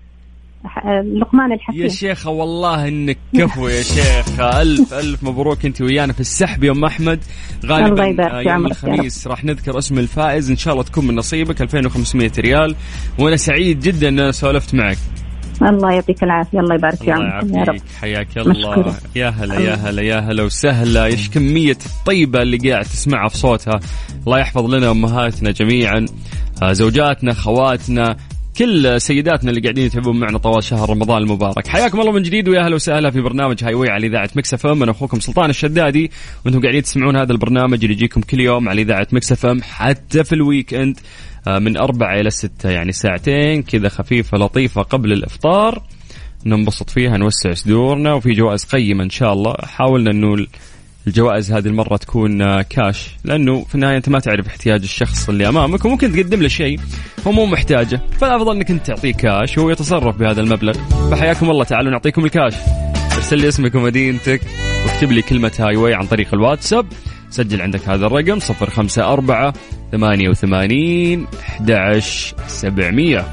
[SPEAKER 8] ح- آه، لقمان
[SPEAKER 3] يا
[SPEAKER 8] الحكيم
[SPEAKER 3] شيخة والله انك كفو يا شيخة الف الف مبروك انت ويانا في السحب يا ام احمد
[SPEAKER 8] الله
[SPEAKER 3] غالبا
[SPEAKER 8] يبارك
[SPEAKER 3] آه،
[SPEAKER 8] في
[SPEAKER 3] يوم
[SPEAKER 8] عمرك يا رب.
[SPEAKER 3] الخميس راح نذكر اسم الفائز ان شاء الله تكون من نصيبك 2500 ريال وانا سعيد جدا ان انا سولفت معك
[SPEAKER 8] الله يعطيك العافيه الله يبارك في
[SPEAKER 3] الله
[SPEAKER 8] عمرك يا رب
[SPEAKER 3] يعافيك حياك الله
[SPEAKER 8] مشكورة.
[SPEAKER 3] يا هلا يا هلا يا هلا وسهلا ايش كمية الطيبة اللي قاعد تسمعها في صوتها الله يحفظ لنا امهاتنا جميعا آه، زوجاتنا خواتنا كل سيداتنا اللي قاعدين يتعبون معنا طوال شهر رمضان المبارك حياكم الله من جديد ويا هلا وسهلا في برنامج هاي واي على اذاعه مكس اف ام انا اخوكم سلطان الشدادي وانتم قاعدين تسمعون هذا البرنامج اللي يجيكم كل يوم على اذاعه مكس اف ام حتى في الويك اند آه، من أربعة إلى ستة يعني ساعتين كذا خفيفة لطيفة قبل الإفطار ننبسط فيها نوسع صدورنا وفي جوائز قيمة إن شاء الله حاولنا أنه ال- الجوائز هذه المرة تكون آه، كاش لأنه في النهاية أنت ما تعرف احتياج الشخص اللي أمامك وممكن تقدم له شيء هو مو محتاجه فالأفضل أنك أنت تعطيه كاش وهو يتصرف بهذا المبلغ فحياكم الله تعالوا نعطيكم الكاش ارسل لي اسمك ومدينتك واكتب لي كلمة هاي واي عن طريق الواتساب سجل عندك هذا الرقم 054 88 11700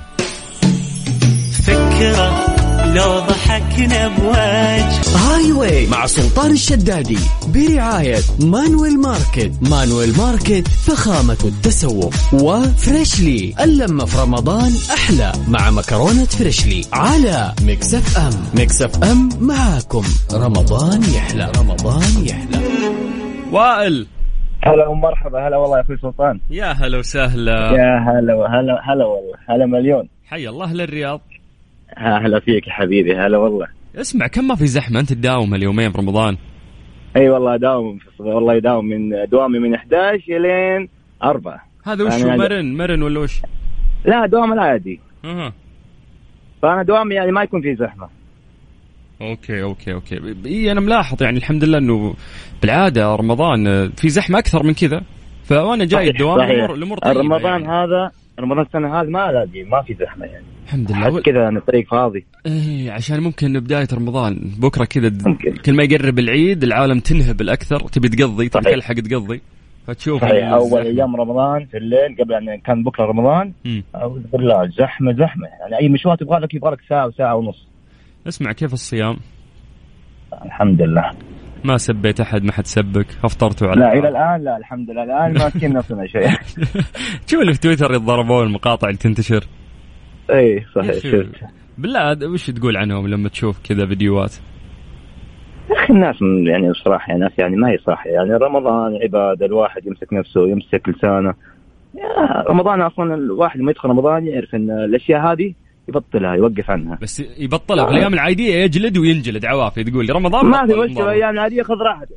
[SPEAKER 2] فكرة لو ضحكنا بوجه
[SPEAKER 1] هاي واي مع سلطان الشدادي برعاية مانويل ماركت مانويل ماركت فخامة التسوق وفريشلي اللمة في رمضان أحلى مع مكرونة فريشلي على مكسف أم مكسف أم معاكم رمضان يحلى رمضان يحلى
[SPEAKER 3] وائل
[SPEAKER 7] هلا ومرحبا هلا والله يا اخوي سلطان
[SPEAKER 3] يا هلا وسهلا
[SPEAKER 7] يا هلا هلا هلا والله هلا مليون
[SPEAKER 3] حي الله للرياض
[SPEAKER 7] ها هلا فيك يا حبيبي هلا والله
[SPEAKER 3] اسمع كم ما في زحمه انت تداوم اليومين في رمضان
[SPEAKER 7] اي والله اداوم في الصبح. والله يداوم من دوامي من 11 الين 4
[SPEAKER 3] هذا وش
[SPEAKER 7] أنا-
[SPEAKER 3] هو؟ مرن مرن ولا وش؟
[SPEAKER 7] لا دوام العادي
[SPEAKER 3] اها
[SPEAKER 7] فانا دوامي يعني ما يكون في زحمه
[SPEAKER 3] اوكي اوكي اوكي ب- اي انا ملاحظ يعني الحمد لله انه بالعاده رمضان آه، في زحمه اكثر من كذا فانا جاي
[SPEAKER 7] صحيح،
[SPEAKER 3] الدوام
[SPEAKER 7] صحيح.
[SPEAKER 3] الامور الامور طيبه
[SPEAKER 7] رمضان
[SPEAKER 3] يعني.
[SPEAKER 7] هذا رمضان السنه هذه ما الاقي ما في زحمه يعني
[SPEAKER 3] الحمد لله
[SPEAKER 7] حتى
[SPEAKER 3] وال-
[SPEAKER 7] كذا أنا الطريق فاضي
[SPEAKER 3] ايه عشان ممكن بدايه رمضان بكره كذا د-
[SPEAKER 7] ممكن.
[SPEAKER 3] كل ما يقرب العيد العالم تنهبل اكثر تبي تقضي تبي
[SPEAKER 7] صحيح.
[SPEAKER 3] تلحق تقضي فتشوف
[SPEAKER 7] صحيح اول
[SPEAKER 3] الزحمة.
[SPEAKER 7] ايام رمضان في الليل قبل ان كان بكره رمضان
[SPEAKER 3] مم.
[SPEAKER 7] اعوذ بالله زحمه زحمه يعني اي مشوار تبغى لك يبغى لك ساعه وساعه ونص
[SPEAKER 3] اسمع كيف الصيام؟
[SPEAKER 7] الحمد لله
[SPEAKER 3] ما سبيت احد ما حد سبك افطرتوا على
[SPEAKER 7] لا
[SPEAKER 3] بعض.
[SPEAKER 7] الى الان لا الحمد لله الان ما كنا نفسنا شيء
[SPEAKER 3] شوف اللي في تويتر يتضاربون المقاطع اللي تنتشر
[SPEAKER 7] اي
[SPEAKER 3] يا
[SPEAKER 7] صحيح
[SPEAKER 3] أخي،
[SPEAKER 7] شفت
[SPEAKER 3] بالله عاد وش تقول عنهم لما تشوف كذا فيديوهات
[SPEAKER 7] يا اخي الناس م- يعني صراحه ناس يعني ما هي صح يعني رمضان عباده الواحد يمسك نفسه يمسك لسانه يا رمضان اصلا الواحد لما يدخل رمضان يعرف ان الاشياء هذه يبطلها يوقف عنها
[SPEAKER 3] بس يبطلها في الايام العاديه يجلد وينجلد عوافي تقول لي رمضان
[SPEAKER 7] ما في
[SPEAKER 3] بطل
[SPEAKER 7] مشكله
[SPEAKER 3] المضاربة.
[SPEAKER 7] ايام عاديه خذ راحتك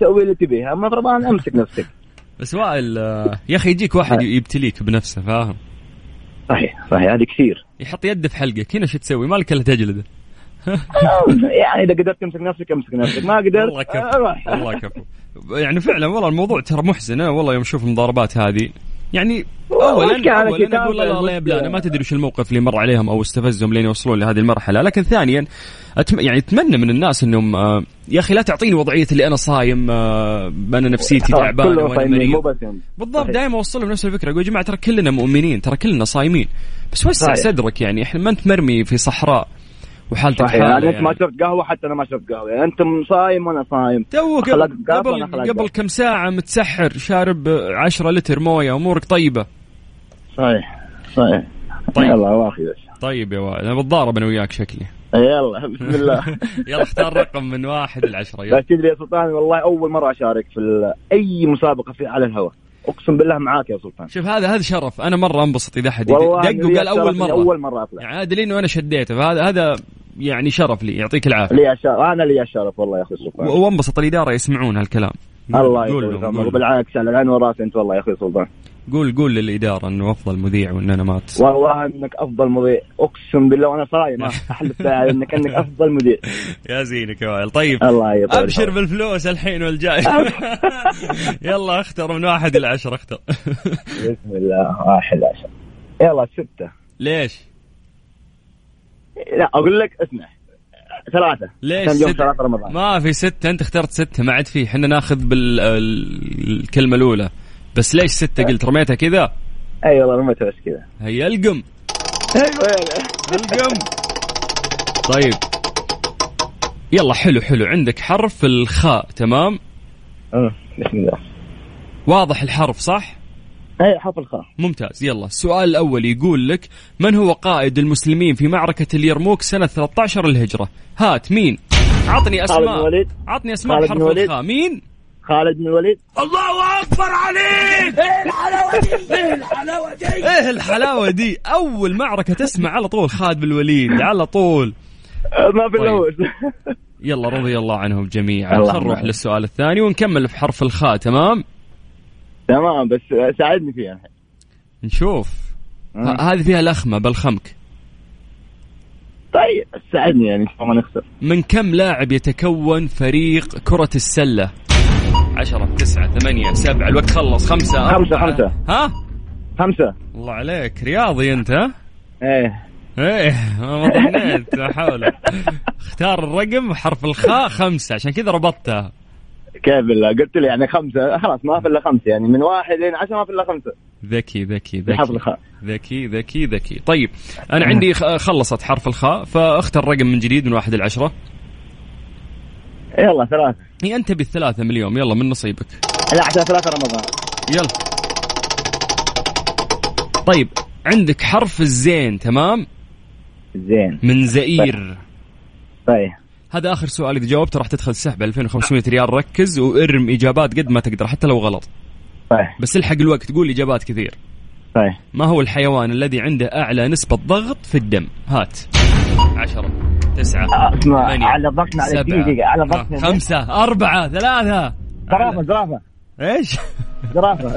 [SPEAKER 7] سوي اللي تبيه اما في رمضان امسك نفسك
[SPEAKER 3] بس وائل آه، يا اخي يجيك واحد يبتليك بنفسه فاهم
[SPEAKER 7] صحيح صحيح هذه كثير
[SPEAKER 3] يحط يده في حلقك هنا شو تسوي مالك الا تجلده
[SPEAKER 7] يعني اذا قدرت تمسك نفسك امسك نفسك ما قدرت آه،
[SPEAKER 3] والله كفو
[SPEAKER 7] روح
[SPEAKER 3] والله كفو يعني فعلا والله الموضوع ترى محزن أنا والله يوم اشوف المضاربات هذه يعني
[SPEAKER 7] مشكلة
[SPEAKER 3] اولا
[SPEAKER 7] على
[SPEAKER 3] اولا
[SPEAKER 7] كتاب
[SPEAKER 3] اقول الله الله
[SPEAKER 7] المشكلة.
[SPEAKER 3] يبلانا ما تدري وش الموقف اللي مر عليهم او استفزهم لين يوصلون لهذه المرحله لكن ثانيا أتم يعني اتمنى من الناس انهم آه، يا اخي لا تعطيني وضعيه اللي انا صايم آه، انا نفسيتي تعبانه
[SPEAKER 7] كله
[SPEAKER 3] وانا
[SPEAKER 7] صايمين
[SPEAKER 3] مريض
[SPEAKER 7] مو بس أنت.
[SPEAKER 3] بالضبط
[SPEAKER 7] صحيح.
[SPEAKER 3] دائما اوصلهم نفس الفكره اقول يا جماعه ترى كلنا مؤمنين ترى كلنا صايمين بس وسع
[SPEAKER 7] صحيح.
[SPEAKER 3] صدرك يعني احنا ما انت مرمي في صحراء وحالتك
[SPEAKER 7] صحيح
[SPEAKER 3] حاله
[SPEAKER 7] يعني انت
[SPEAKER 3] يعني.
[SPEAKER 7] ما شربت قهوه حتى انا ما شربت قهوه انت صايم وانا صايم
[SPEAKER 3] تو قبل
[SPEAKER 7] أخلاق قاف
[SPEAKER 3] قبل,
[SPEAKER 7] ولا أخلاق
[SPEAKER 3] قبل
[SPEAKER 7] قاف؟
[SPEAKER 3] كم ساعة متسحر شارب 10 لتر موية أمورك طيبة
[SPEAKER 7] صحيح صحيح
[SPEAKER 3] طيب.
[SPEAKER 7] يلا واخي بس
[SPEAKER 3] طيب يا وائل أنا بتضارب أنا وياك شكلي
[SPEAKER 7] يلا بسم الله
[SPEAKER 3] يلا اختار رقم من واحد لعشرة
[SPEAKER 7] لا
[SPEAKER 3] يلا
[SPEAKER 7] تدري يا سلطان والله اول مره اشارك في ال- اي مسابقه في على الهواء اقسم بالله معاك يا سلطان
[SPEAKER 3] شوف هذا هذا شرف أنا مرة أنبسط إذا أحد
[SPEAKER 7] والله
[SPEAKER 3] دق
[SPEAKER 7] لي
[SPEAKER 3] وقال أول
[SPEAKER 7] شرف إني
[SPEAKER 3] مرة
[SPEAKER 7] اول مره اطلع
[SPEAKER 3] يعني هذا لأنه أنا شديته فهذا هذا يعني شرف لي يعطيك العافية
[SPEAKER 7] لي الشرف انا لي الشرف والله يا اخوي
[SPEAKER 3] و-
[SPEAKER 7] سلطان
[SPEAKER 3] وانبسط الإدارة يسمعون هالكلام
[SPEAKER 7] الله
[SPEAKER 3] قول
[SPEAKER 7] يطول
[SPEAKER 3] لهم
[SPEAKER 7] عمرك
[SPEAKER 3] قول,
[SPEAKER 7] وبالعكس على العين والراس انت والله يا اخوي سلطان
[SPEAKER 3] قول قول للإدارة أنه أفضل مذيع وأن أنا مات
[SPEAKER 7] والله انك افضل مذيع اقسم بالله وانا صايم آه، احلف بالله انك انك افضل مذيع
[SPEAKER 3] يا زينك يا وائل طيب
[SPEAKER 7] الله يطول
[SPEAKER 3] ابشر بالفلوس الحين والجاي يلا اختر من واحد الى عشرة اختر
[SPEAKER 7] بسم الله واحد عشر يلا ستة
[SPEAKER 3] ليش؟
[SPEAKER 7] لا أقول لك اسمع ثلاثة
[SPEAKER 3] ليش؟
[SPEAKER 7] كم يوم
[SPEAKER 3] ستة؟
[SPEAKER 7] ثلاثة رمضان
[SPEAKER 3] ما في ستة انت اخترت ستة ما عاد في احنا ناخذ بالكلمة الأولى بس ليش ستة قلت رميتها كذا
[SPEAKER 7] أي والله رميتها بس كذا
[SPEAKER 3] هيا القم
[SPEAKER 7] أيوة.
[SPEAKER 3] القم طيب يلا حلو حلو عندك حرف الخاء تمام
[SPEAKER 7] أه، بسم الله
[SPEAKER 3] واضح الحرف صح
[SPEAKER 7] أي حفل خاص
[SPEAKER 3] ممتاز يلا السؤال الأول يقول لك من هو قائد المسلمين في معركة اليرموك سنة 13 الهجرة هات مين عطني
[SPEAKER 7] خالد بن
[SPEAKER 3] أسماء
[SPEAKER 7] الوليد
[SPEAKER 3] عطني أسماء
[SPEAKER 7] خالد بن
[SPEAKER 3] حرف
[SPEAKER 7] الوليد.
[SPEAKER 3] الخاء مين
[SPEAKER 7] خالد بن الوليد
[SPEAKER 3] الله أكبر عليك
[SPEAKER 7] إيه،
[SPEAKER 3] ايه الحلاوة دي أول معركة تسمع على طول خالد بن الوليد على طول
[SPEAKER 7] أه، ما في
[SPEAKER 3] طيب.
[SPEAKER 7] الا
[SPEAKER 3] يلا رضي الله عنهم جميعا
[SPEAKER 7] اللهم
[SPEAKER 3] خلينا نروح
[SPEAKER 7] آمين. للسؤال
[SPEAKER 3] للسؤال الثاني ونكمل في حرف الخاء تمام
[SPEAKER 7] تمام بس ساعدني فيها الحين.
[SPEAKER 3] نشوف ه- هذه فيها لخمة بالخمك
[SPEAKER 7] طيب ساعدني يعني عشان ما نخسر
[SPEAKER 3] من كم لاعب يتكون فريق كرة السلة؟ عشرة تسعة ثمانية سبعة الوقت خلص خمسة
[SPEAKER 7] خمسة،
[SPEAKER 3] أربعة.
[SPEAKER 7] خمسة.
[SPEAKER 3] ها؟
[SPEAKER 7] خمسة
[SPEAKER 3] الله عليك رياضي أنت ها؟
[SPEAKER 7] ايه
[SPEAKER 3] ايه ما ظنيت لا حول اختار الرقم حرف الخاء خمسة عشان كذا ربطتها
[SPEAKER 7] كيف بالله قلت لي يعني خمسة خلاص ما في الا خمسة يعني من واحد لين عشرة ما في الا خمسة
[SPEAKER 3] ذكي ذكي
[SPEAKER 7] بحفل
[SPEAKER 3] ذكي
[SPEAKER 7] الخاء
[SPEAKER 3] ذكي ذكي ذكي طيب أنا عندي خ- خلصت حرف الخاء فاختر رقم من جديد من واحد لعشرة
[SPEAKER 7] إيه، يلا ثلاثة
[SPEAKER 3] هي أنت بالثلاثة من اليوم يلا من نصيبك
[SPEAKER 7] لا عشان ثلاثة رمضان
[SPEAKER 3] يلا طيب عندك حرف الزين تمام
[SPEAKER 7] زين
[SPEAKER 3] من زئير
[SPEAKER 7] طيب
[SPEAKER 3] هذا اخر سؤال اذا جاوبته راح تدخل سحب 2500 ريال ركز وارم اجابات قد ما تقدر حتى لو غلط
[SPEAKER 7] طيب
[SPEAKER 3] بس الحق الوقت قول اجابات كثير
[SPEAKER 7] طيب
[SPEAKER 3] ما هو الحيوان الذي عنده اعلى نسبة ضغط في الدم هات 10 9
[SPEAKER 7] اسمع
[SPEAKER 3] ثمانية،
[SPEAKER 7] على ضغطنا على دقيقة على ضغطنا
[SPEAKER 3] 5 4 3
[SPEAKER 7] زرافة زرافة
[SPEAKER 3] ايش؟
[SPEAKER 7] زرافة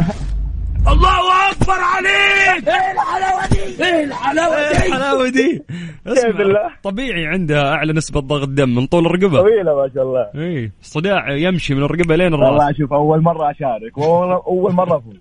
[SPEAKER 3] الله اكبر عليك ايه الحلاوه دي
[SPEAKER 7] كيف
[SPEAKER 3] اسمع
[SPEAKER 7] بالله؟
[SPEAKER 3] طبيعي عنده اعلى نسبه ضغط دم من طول الرقبه
[SPEAKER 7] طويلة ما شاء الله
[SPEAKER 3] اي صداع يمشي من الرقبه لين
[SPEAKER 7] والله
[SPEAKER 3] الراس
[SPEAKER 7] اشوف اول مرة اشارك والله اول مرة افوز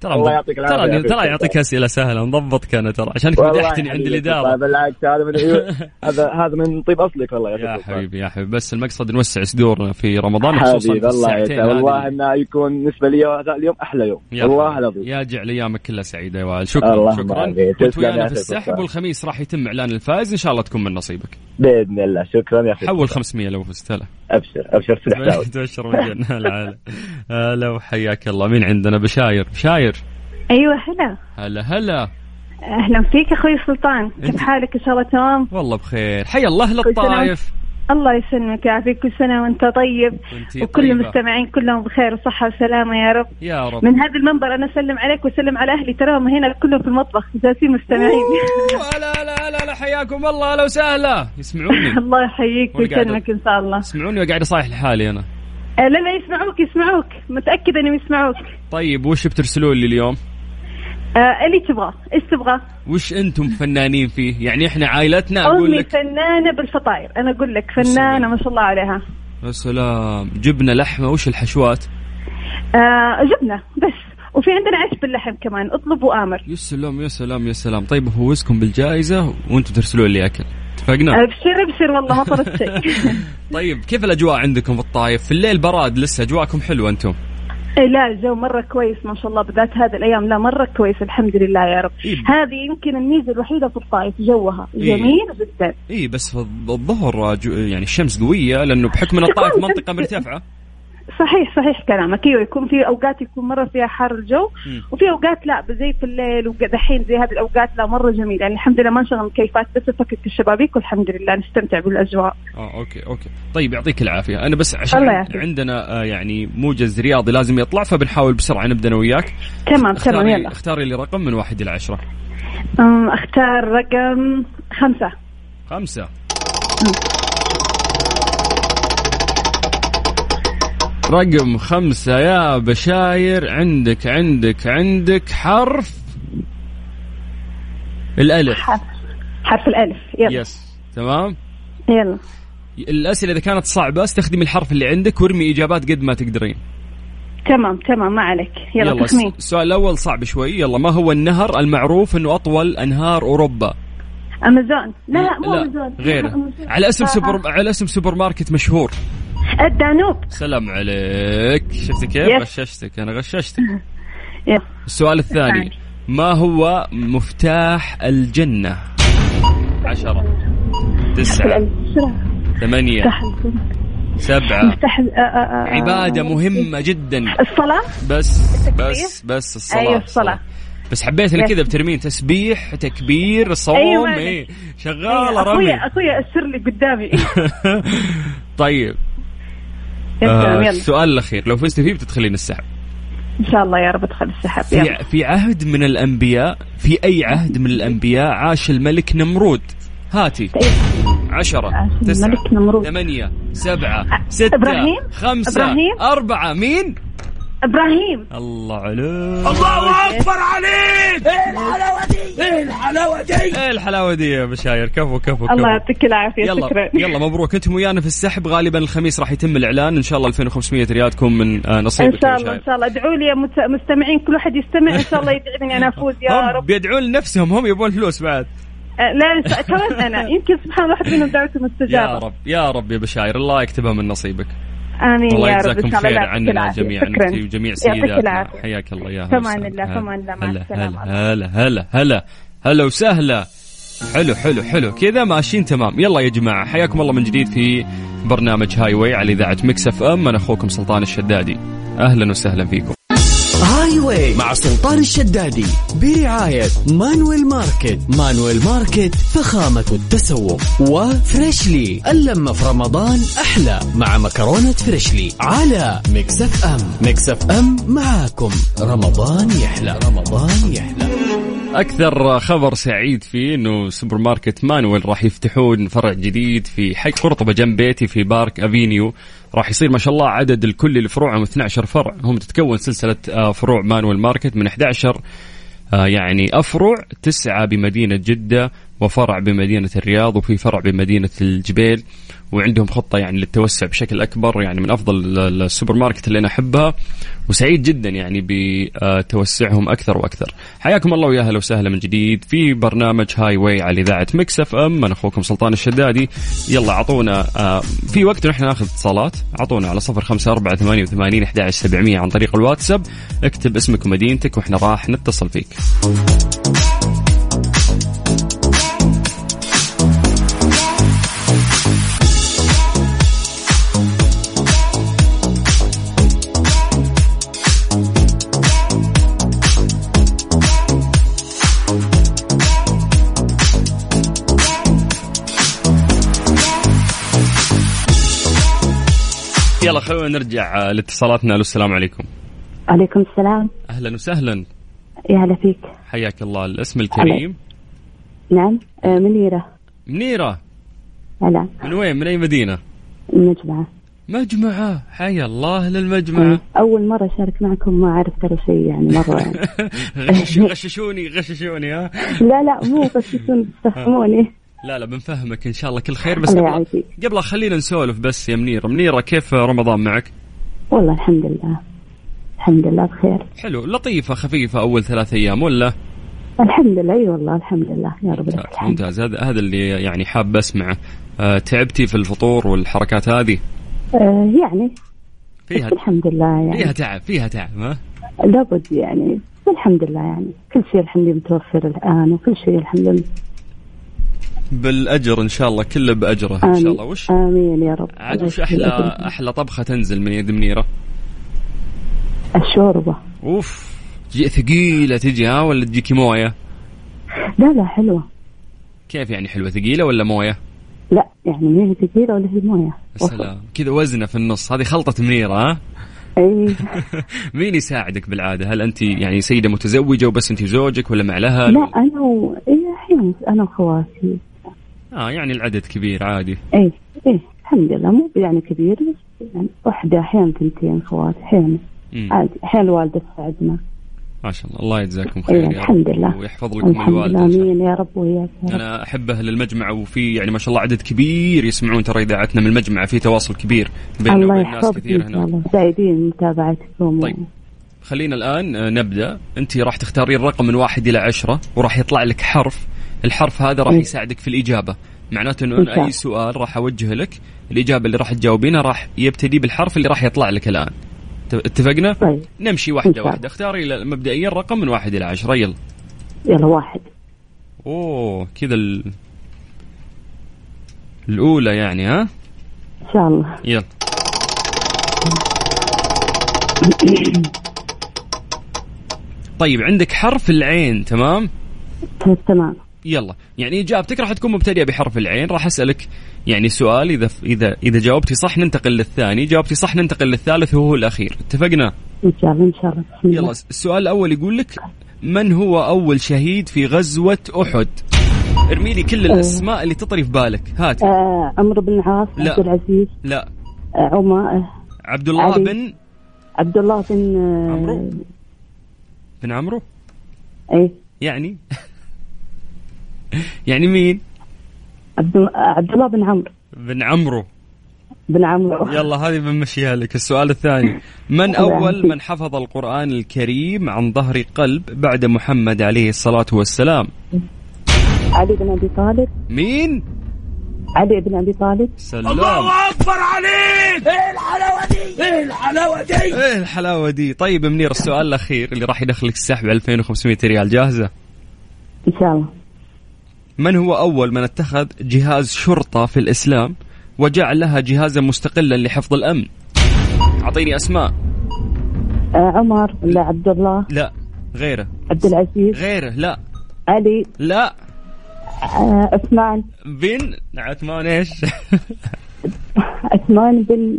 [SPEAKER 3] ترى
[SPEAKER 7] الله
[SPEAKER 3] مض-
[SPEAKER 7] يعطيك العافية يا
[SPEAKER 3] ترى
[SPEAKER 7] حبيبي.
[SPEAKER 3] ترى يعطيك اسئله سهله مضبطك انا ترى عشانك مدحتني عند
[SPEAKER 7] والله طيب،
[SPEAKER 3] الاداره
[SPEAKER 7] بالعكس هذا من عيون- هذا هذا من طيب اصلك والله يا
[SPEAKER 3] يا
[SPEAKER 7] أخي
[SPEAKER 3] حبيبي يا حبيبي بس المقصد نوسع صدورنا في رمضان
[SPEAKER 7] سلطان.
[SPEAKER 3] خصوصا
[SPEAKER 7] حبيبي
[SPEAKER 3] في
[SPEAKER 7] الله
[SPEAKER 3] الساعتين
[SPEAKER 7] يسعدك
[SPEAKER 3] هذه.
[SPEAKER 7] والله انه يكون بالنسبه لي هذا اليوم احلى يوم
[SPEAKER 3] يا
[SPEAKER 7] والله
[SPEAKER 3] حبيبي.
[SPEAKER 7] العظيم
[SPEAKER 3] يا جعل ايامك كلها سعيده يا وائل شكرا
[SPEAKER 7] اللهم
[SPEAKER 3] شكرا
[SPEAKER 7] آمين.
[SPEAKER 3] كنت
[SPEAKER 7] تسلم يا
[SPEAKER 3] ويانا في
[SPEAKER 7] أخي
[SPEAKER 3] السحب
[SPEAKER 7] سلطان.
[SPEAKER 3] والخميس راح يتم اعلان الفائز ان شاء الله تكون من نصيبك
[SPEAKER 7] باذن الله شكرا يا اخي
[SPEAKER 3] حول 500 لو فزت هلا
[SPEAKER 7] ابشر ابشر في الحساب
[SPEAKER 3] تبشر من الجنة العالم هلا وحياك الله مين عندنا بشاير بشاير
[SPEAKER 8] ايوه هلا
[SPEAKER 3] هلا هلا
[SPEAKER 8] اهلا فيك اخوي سلطان كيف حالك ان شاء الله تمام
[SPEAKER 3] والله بخير حيا الله اهل
[SPEAKER 8] كل سنة
[SPEAKER 3] الطايف
[SPEAKER 8] الله يسلمك يعافيك كل سنه وانت طيب
[SPEAKER 3] وانتي
[SPEAKER 8] وكل
[SPEAKER 3] طيبة.
[SPEAKER 8] المستمعين كلهم بخير وصحه وسلامه يا رب
[SPEAKER 3] يا رب
[SPEAKER 8] من هذا المنبر انا اسلم عليك واسلم على اهلي تراهم هنا كلهم في المطبخ جالسين مستمعين
[SPEAKER 3] هلا هلا حياكم الله اهلا وسهلا يسمعوني
[SPEAKER 8] الله يحييك
[SPEAKER 3] وأنا قاعد-
[SPEAKER 8] ويسلمك ان شاء الله
[SPEAKER 3] يسمعوني وقاعد اصايح لحالي انا
[SPEAKER 8] آه، لا لا يسمعوك يسمعوك متاكده انهم يسمعوك
[SPEAKER 3] طيب وش بترسلوا لي اليوم؟
[SPEAKER 8] آه، اللي تبغاه ايش تبغاه؟
[SPEAKER 3] وش انتم فنانين فيه؟ يعني احنا عائلتنا اقول
[SPEAKER 8] امي
[SPEAKER 3] لك
[SPEAKER 8] فنانه بالفطاير انا اقول لك
[SPEAKER 3] السلام.
[SPEAKER 8] فنانه ما شاء الله عليها
[SPEAKER 3] يا سلام جبنه لحمه وش الحشوات؟
[SPEAKER 8] آه، جبنه بس وفي عندنا عيش باللحم كمان اطلب وامر
[SPEAKER 3] يا سلام يا سلام يا سلام طيب هفوزكم بالجائزه وانتم ترسلوا لي اكل اتفقنا؟
[SPEAKER 8] ابشر ابشر آه، والله ما طلبت شيء
[SPEAKER 3] طيب كيف الاجواء عندكم في الطايف؟ في الليل براد لسه اجواءكم حلوه انتم
[SPEAKER 8] إيه لا الجو مرة كويس ما شاء الله بالذات هذه الأيام لا مرة كويس الحمد لله يا رب
[SPEAKER 3] إيه.
[SPEAKER 8] هذه يمكن الميزة الوحيدة في الطائف جوها
[SPEAKER 3] إيه.
[SPEAKER 8] جميل جدا
[SPEAKER 3] اي بس في الظ- الظهر جو- يعني الشمس قويه لانه بحكم ان الطايف منطقه مرتفعه
[SPEAKER 8] صحيح صحيح كلامك ايوه يكون في اوقات يكون مره فيها حر الجو
[SPEAKER 3] مم.
[SPEAKER 8] وفي اوقات لا زي في الليل ودحين زي هذه الاوقات لا مره جميله يعني الحمد لله ما نشغل مكيفات بس نفكك الشبابيك والحمد لله نستمتع بالاجواء
[SPEAKER 3] اه اوكي اوكي طيب يعطيك العافيه انا بس عشان
[SPEAKER 8] الله
[SPEAKER 3] عن-
[SPEAKER 8] يعافيك.
[SPEAKER 3] عندنا آه، يعني موجز رياضي لازم يطلع فبنحاول بسرعه نبدا انا وياك
[SPEAKER 8] تمام تمام
[SPEAKER 3] اختاري
[SPEAKER 8] يلا
[SPEAKER 3] اختاري لي رقم من واحد الى عشره
[SPEAKER 8] أم، اختار رقم خمسه
[SPEAKER 3] خمسه رقم خمسة يا بشاير عندك عندك عندك حرف الألف
[SPEAKER 8] حرف الالف يلا
[SPEAKER 3] يس تمام
[SPEAKER 8] يلا
[SPEAKER 3] الأسئلة إذا كانت صعبة استخدمي الحرف اللي عندك وارمي إجابات قد ما تقدرين
[SPEAKER 8] تمام تمام ما عليك يلا
[SPEAKER 3] الس-
[SPEAKER 8] تخمين
[SPEAKER 3] السؤال الأول صعب شوي يلا ما هو النهر المعروف أنه أطول أنهار أوروبا
[SPEAKER 8] امازون لا لا مو
[SPEAKER 3] لا
[SPEAKER 8] امازون
[SPEAKER 3] غيره
[SPEAKER 8] أمازون.
[SPEAKER 3] على اسم
[SPEAKER 8] آه،
[SPEAKER 3] سوبر على اسم سوبر ماركت مشهور
[SPEAKER 8] آه. الدانوب
[SPEAKER 3] سلام عليك شفت كيف
[SPEAKER 8] Yes.
[SPEAKER 3] غششتك أنا غششتك
[SPEAKER 8] يلا
[SPEAKER 3] السؤال الثاني ما هو مفتاح الجنة عشرة تسعة
[SPEAKER 8] بسرعة.
[SPEAKER 3] ثمانية
[SPEAKER 8] افتح الفيلم.
[SPEAKER 3] سبعة
[SPEAKER 8] افتح ال- آه، آه، آه.
[SPEAKER 3] عبادة مهمة جدا
[SPEAKER 8] الصلاة
[SPEAKER 3] بس
[SPEAKER 8] التكبير؟
[SPEAKER 3] بس بس الصلاة
[SPEAKER 8] أيوة، الصلاة.
[SPEAKER 3] بس حبيت انك
[SPEAKER 8] بس.
[SPEAKER 3] كذا بترمين تسبيح تكبير الصوم
[SPEAKER 8] أيوة.
[SPEAKER 3] ايه شغالة
[SPEAKER 8] أيوة،
[SPEAKER 3] رمي
[SPEAKER 8] اخويا اخويا السر لي قدامي
[SPEAKER 3] طيب آه
[SPEAKER 8] يلا
[SPEAKER 3] السؤال الأخير لو فزت فيه بتدخلين السحب
[SPEAKER 8] ان شاء الله يا رب ادخل السحاب يلا
[SPEAKER 3] في, في عهد من الأنبياء في أي عهد من الأنبياء عاش الملك نمرود هاتي عشرة
[SPEAKER 8] طيب. عاش
[SPEAKER 3] تسعة
[SPEAKER 8] الملك آه، نمرود.
[SPEAKER 3] ثمانية سبعة ستة
[SPEAKER 8] إبراهيم؟
[SPEAKER 3] خمسة
[SPEAKER 8] إبراهيم؟
[SPEAKER 3] أربعة مين
[SPEAKER 8] ابراهيم
[SPEAKER 3] الله عليك الله اكبر عليك
[SPEAKER 8] إيه
[SPEAKER 3] ايه الحلاوه دي ايه الحلاوه دي ايه الحلاوه دي يا بشاير كفو كفو كفو
[SPEAKER 8] الله يعطيك العافية
[SPEAKER 3] يلا
[SPEAKER 8] شكرا
[SPEAKER 3] يلا مبروك انتم ويانا في السحب غالبا الخميس راح يتم الاعلان ان شاء الله 2500 ريال تكون من آه، نصيبك
[SPEAKER 8] ان شاء
[SPEAKER 3] يا
[SPEAKER 8] الله
[SPEAKER 3] بشاير.
[SPEAKER 8] ان شاء الله ادعوا لي يا مت- مستمعين كل واحد يستمع ان شاء الله يدعي لي انا افوز يا
[SPEAKER 3] هم
[SPEAKER 8] رب
[SPEAKER 3] بيدعون لنفسهم هم يبون فلوس بعد
[SPEAKER 8] آه، لا إن شاء- كمان انا يمكن سبحان الله واحد منهم دعوته
[SPEAKER 3] يا
[SPEAKER 8] مستجابة
[SPEAKER 3] رب يا رب يا بشاير الله يكتبها من نصيبك
[SPEAKER 8] امين
[SPEAKER 3] الله
[SPEAKER 8] يا رب
[SPEAKER 3] يجزاكم
[SPEAKER 8] ان شاء الله
[SPEAKER 3] خير
[SPEAKER 8] يعطيك
[SPEAKER 3] عننا
[SPEAKER 8] العافية.
[SPEAKER 3] جميعا
[SPEAKER 8] شكرا
[SPEAKER 3] انت وجميع
[SPEAKER 8] يعطيك
[SPEAKER 3] سيداتنا
[SPEAKER 8] العافية
[SPEAKER 3] حياك الله يا
[SPEAKER 8] في
[SPEAKER 3] هلا
[SPEAKER 8] أمان الله، في
[SPEAKER 3] وسهلا.
[SPEAKER 8] أمان الله، مع
[SPEAKER 3] هلا
[SPEAKER 8] السلامة.
[SPEAKER 3] هلا هلا هلا هلا هلا وسهلا حلو حلو حلو كذا ماشيين تمام يلا يا جماعه حياكم الله من جديد في برنامج هاي واي على اذاعه مكس اف ام انا اخوكم سلطان الشدادي اهلا وسهلا فيكم
[SPEAKER 1] هاي واي مع سلطان الشدادي برعاية مانويل ماركت مانويل ماركت فخامة التسوق وفريشلي اللمة في رمضان أحلى مع مكرونة فريشلي على مكسف أم مكسف أم معاكم رمضان يحلى رمضان يحلى
[SPEAKER 3] اكثر خبر سعيد فيه انه سوبر ماركت مانويل راح يفتحون فرع جديد في حي قرطبه جنب بيتي في بارك افينيو راح يصير ما شاء الله عدد الكل لفروعهم 12 فرع هم تتكون سلسله آه، فروع مانويل ماركت من 11 آه، يعني افرع تسعه بمدينه جده وفرع بمدينه الرياض وفي فرع بمدينه الجبيل وعندهم خطه يعني للتوسع بشكل اكبر يعني من افضل ال- ال- السوبر ماركت اللي انا احبها وسعيد جدا يعني بتوسعهم اكثر واكثر. حياكم الله ويا اهلا وسهلا من جديد في برنامج هاي واي على اذاعه مكس اف ام انا اخوكم سلطان الشدادي يلا اعطونا آه، في وقت نحن ناخذ اتصالات اعطونا على 05488 11700 عن طريق الواتساب اكتب اسمك ومدينتك واحنا راح نتصل فيك. يلا خلونا نرجع آه، لاتصالاتنا الو السلام عليكم.
[SPEAKER 5] عليكم السلام
[SPEAKER 3] اهلا وسهلا
[SPEAKER 5] يا هلا فيك
[SPEAKER 3] حياك الله الاسم الكريم
[SPEAKER 9] نعم آه، منيرة
[SPEAKER 3] منيرة
[SPEAKER 9] هلا
[SPEAKER 3] من وين من أي مدينة
[SPEAKER 9] مجمعة
[SPEAKER 3] مجمعة حيا الله للمجمعة
[SPEAKER 9] أول مرة شارك معكم ما أعرف ترى شيء يعني مرة يعني.
[SPEAKER 3] غشش- غششوني غششوني ها
[SPEAKER 9] لا لا مو بس يكون تفهموني
[SPEAKER 3] لا لا بنفهمك ان شاء الله كل خير بس
[SPEAKER 9] الله
[SPEAKER 3] قبل
[SPEAKER 9] يعافيك.
[SPEAKER 3] قبل خلينا نسولف بس يا منيره منيره كيف رمضان معك
[SPEAKER 9] والله الحمد لله الحمد لله بخير
[SPEAKER 3] حلو لطيفه خفيفه اول ثلاث ايام ولا
[SPEAKER 9] الحمد لله اي والله الحمد لله يا رب لك
[SPEAKER 3] ممتاز
[SPEAKER 9] الحمد
[SPEAKER 3] ممتاز هذا هذا اللي يعني حاب اسمعه آه، تعبتي في الفطور والحركات هذه
[SPEAKER 9] آه يعني
[SPEAKER 3] فيها
[SPEAKER 9] بس الحمد لله يعني
[SPEAKER 3] فيها تعب فيها تعب ها
[SPEAKER 9] لابد يعني بس الحمد لله يعني كل شيء الحمد لله متوفر الان وكل شيء الحمد لله
[SPEAKER 3] بالاجر ان شاء الله كله باجره ان
[SPEAKER 9] امين
[SPEAKER 3] شاء الله وش
[SPEAKER 9] امين يا رب
[SPEAKER 3] عاد وش احلى احلى طبخه تنزل من يد منيره
[SPEAKER 9] الشوربه
[SPEAKER 3] اوف جي- ثقيله تجي ها ولا تجيكي مويه
[SPEAKER 9] لا لا حلوه
[SPEAKER 3] كيف يعني حلوه ثقيله ولا مويه
[SPEAKER 9] لا يعني ما هي ثقيله ولا هي مويه
[SPEAKER 3] يا سلام كذا وزنه في النص هذه خلطه منيره ها
[SPEAKER 9] اي
[SPEAKER 3] مين يساعدك بالعاده؟ هل انت يعني سيده متزوجه وبس انت وزوجك ولا مع الاهل؟
[SPEAKER 9] لا انا و... إيه احيانا انا وخواتي
[SPEAKER 3] اه يعني العدد كبير عادي.
[SPEAKER 9] اي اي إيه، الحمد لله مو يعني كبير بس يعني واحده احيانا تنتين خوات احيانا
[SPEAKER 3] مم.
[SPEAKER 9] عادي احيانا الوالده تساعدنا
[SPEAKER 3] ما شاء الله الله يجزاكم خير
[SPEAKER 9] إيه،
[SPEAKER 3] يا
[SPEAKER 9] الحمد
[SPEAKER 3] رب
[SPEAKER 9] لله.
[SPEAKER 3] ويحفظ لكم
[SPEAKER 9] الحمد
[SPEAKER 3] الوالد
[SPEAKER 9] لله
[SPEAKER 3] إن شاء الله.
[SPEAKER 9] امين يا رب وياك يا رب
[SPEAKER 3] انا احب اهل المجمع وفي يعني ما شاء الله عدد كبير يسمعون ترى اذاعتنا من المجمع في تواصل كبير بيننا
[SPEAKER 9] الله
[SPEAKER 3] وبين ناس
[SPEAKER 9] يحفظك
[SPEAKER 3] كثير
[SPEAKER 9] ان شاء
[SPEAKER 3] هناك.
[SPEAKER 9] الله سعيدين من متابعتكم
[SPEAKER 3] طيب. خلينا الان آه، نبدا انت راح تختارين رقم من واحد الى عشرة وراح يطلع لك حرف الحرف هذا راح
[SPEAKER 9] مم.
[SPEAKER 3] يساعدك في الاجابه معناته انه
[SPEAKER 9] إن
[SPEAKER 3] أنا
[SPEAKER 9] شاء
[SPEAKER 3] اي
[SPEAKER 9] الله.
[SPEAKER 3] سؤال راح اوجه لك الاجابه اللي راح تجاوبينها راح يبتدي بالحرف اللي راح يطلع لك الان ت- اتفقنا
[SPEAKER 9] طيب
[SPEAKER 3] نمشي
[SPEAKER 9] إن
[SPEAKER 3] واحده
[SPEAKER 9] شاء الله.
[SPEAKER 3] واحده اختاري ل- مبدئيا رقم من واحد الى عشرة يلا
[SPEAKER 9] يلا واحد
[SPEAKER 3] اوه كذا ال... الاولى يعني ها
[SPEAKER 9] ان شاء الله
[SPEAKER 3] يلا طيب عندك حرف العين تمام
[SPEAKER 9] طيب، تمام
[SPEAKER 3] يلا يعني اجابتك راح تكون مبتدئه بحرف العين راح اسالك يعني سؤال اذا اذا اذا جاوبتي صح ننتقل للثاني جاوبتي صح ننتقل للثالث وهو الاخير اتفقنا
[SPEAKER 9] ان شاء الله ان شاء الله بسم
[SPEAKER 3] يلا
[SPEAKER 9] الله
[SPEAKER 3] السؤال الاول يقول لك من هو اول شهيد في غزوه احد ارمي لي كل الاسماء اللي تطري في بالك هات
[SPEAKER 9] آه، عمرو بن العاص
[SPEAKER 3] لا.
[SPEAKER 9] عبد العزيز
[SPEAKER 3] لا
[SPEAKER 9] آه، عمر آه،
[SPEAKER 3] عبد الله
[SPEAKER 9] علي.
[SPEAKER 3] بن
[SPEAKER 9] عبد الله بن آه،
[SPEAKER 3] عمرو؟ بن عمرو
[SPEAKER 9] ايه
[SPEAKER 3] يعني يعني مين
[SPEAKER 9] عبد آه، عبد الله بن عمرو
[SPEAKER 3] بن عمرو
[SPEAKER 9] بن عمرو
[SPEAKER 3] يلا هذه بنمشيها لك السؤال الثاني من
[SPEAKER 9] الله
[SPEAKER 3] أول
[SPEAKER 9] يعافيك.
[SPEAKER 3] من حفظ القرآن الكريم عن ظهر قلب بعد محمد عليه الصلاة والسلام
[SPEAKER 9] علي بن ابي طالب
[SPEAKER 3] مين
[SPEAKER 9] علي بن ابي طالب
[SPEAKER 3] سلام الله إيه أكبر عليك إيه الحلاوة دي إيه الحلاوة دي إيه الحلاوة دي طيب يا منير السؤال الأخير اللي راح يدخلك السحب 2500 ريال جاهزة
[SPEAKER 9] ان شاء الله
[SPEAKER 3] من هو أول من اتخذ جهاز شرطة في الإسلام وجعل لها جهازا مستقلا لحفظ الأمن أعطيني أسماء
[SPEAKER 9] آه، عمر ولا عبد الله
[SPEAKER 3] لا غيره
[SPEAKER 9] عبد العزيز
[SPEAKER 3] غيره لا
[SPEAKER 9] علي
[SPEAKER 3] لا
[SPEAKER 9] آه، عثمان
[SPEAKER 3] بن عثمان ايش؟
[SPEAKER 9] عثمان بن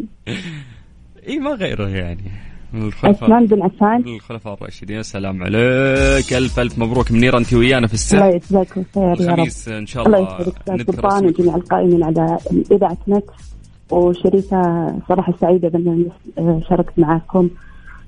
[SPEAKER 3] اي ما غيره يعني من الخلفاء
[SPEAKER 9] عثمان بن عفان
[SPEAKER 3] من الخلفاء الراشدين يا سلام عليك الف الف مبروك منير انت ويانا في
[SPEAKER 9] الله
[SPEAKER 3] السحب
[SPEAKER 9] يجزاكم خير يا رب
[SPEAKER 3] الخميس ان شاء
[SPEAKER 9] الله
[SPEAKER 3] الله
[SPEAKER 9] يسعدك استاذ
[SPEAKER 3] نذكر
[SPEAKER 9] سلطان
[SPEAKER 3] اسمك.
[SPEAKER 9] وجميع القائمين على اذاعه نكس وشريكه صراحه سعيده باني آه، شاركت معاكم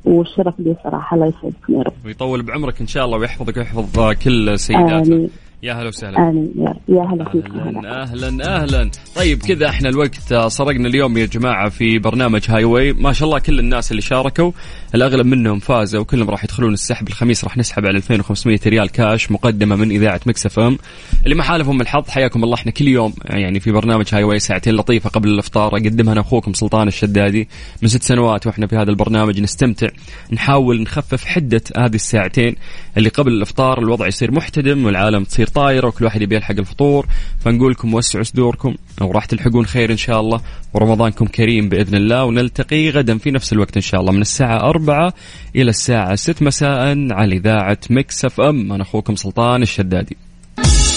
[SPEAKER 9] والشرف لي صراحه الله يسعدكم يا رب
[SPEAKER 3] ويطول بعمرك ان شاء الله ويحفظك ويحفظ كل سيداتنا
[SPEAKER 9] امين
[SPEAKER 3] يا هلا وسهلا
[SPEAKER 9] امين يا رب يا هلا فيك يا هلا.
[SPEAKER 3] اهلا اهلا اهلا طيب كذا احنا الوقت آه، سرقنا اليوم يا جماعه في برنامج هاي واي ما شاء الله كل الناس اللي شاركوا الاغلب منهم فازوا وكلهم راح يدخلون السحب الخميس راح نسحب على 2500 ريال كاش مقدمه من اذاعه مكسف ام اللي ما حالفهم الحظ حياكم الله احنا كل يوم يعني في برنامج هاي واي ساعتين لطيفه قبل الافطار اقدمها انا اخوكم سلطان الشدادي من ست سنوات واحنا في هذا البرنامج نستمتع نحاول نخفف حده هذه الساعتين اللي قبل الافطار الوضع يصير محتدم والعالم تصير طايره وكل واحد يبي يلحق الفطور فنقول لكم وسعوا صدوركم وراح تلحقون خير ان شاء الله ورمضانكم كريم باذن الله ونلتقي غدا في نفس الوقت ان شاء الله من الساعه 4 الى الساعه 6 مساء على اذاعه مكسف ام انا اخوكم سلطان الشدادي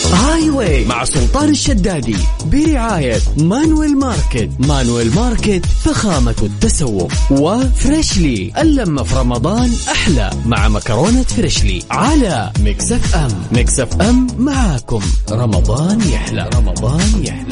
[SPEAKER 1] هاي هاي واي مع سلطان الشدادي برعاية مانويل ماركت مانويل ماركت فخامة التسوق وفريشلي اللمة في رمضان أحلى مع مكرونة فريشلي على مكسف أم مكسف أم معاكم رمضان يحلى رمضان يحلى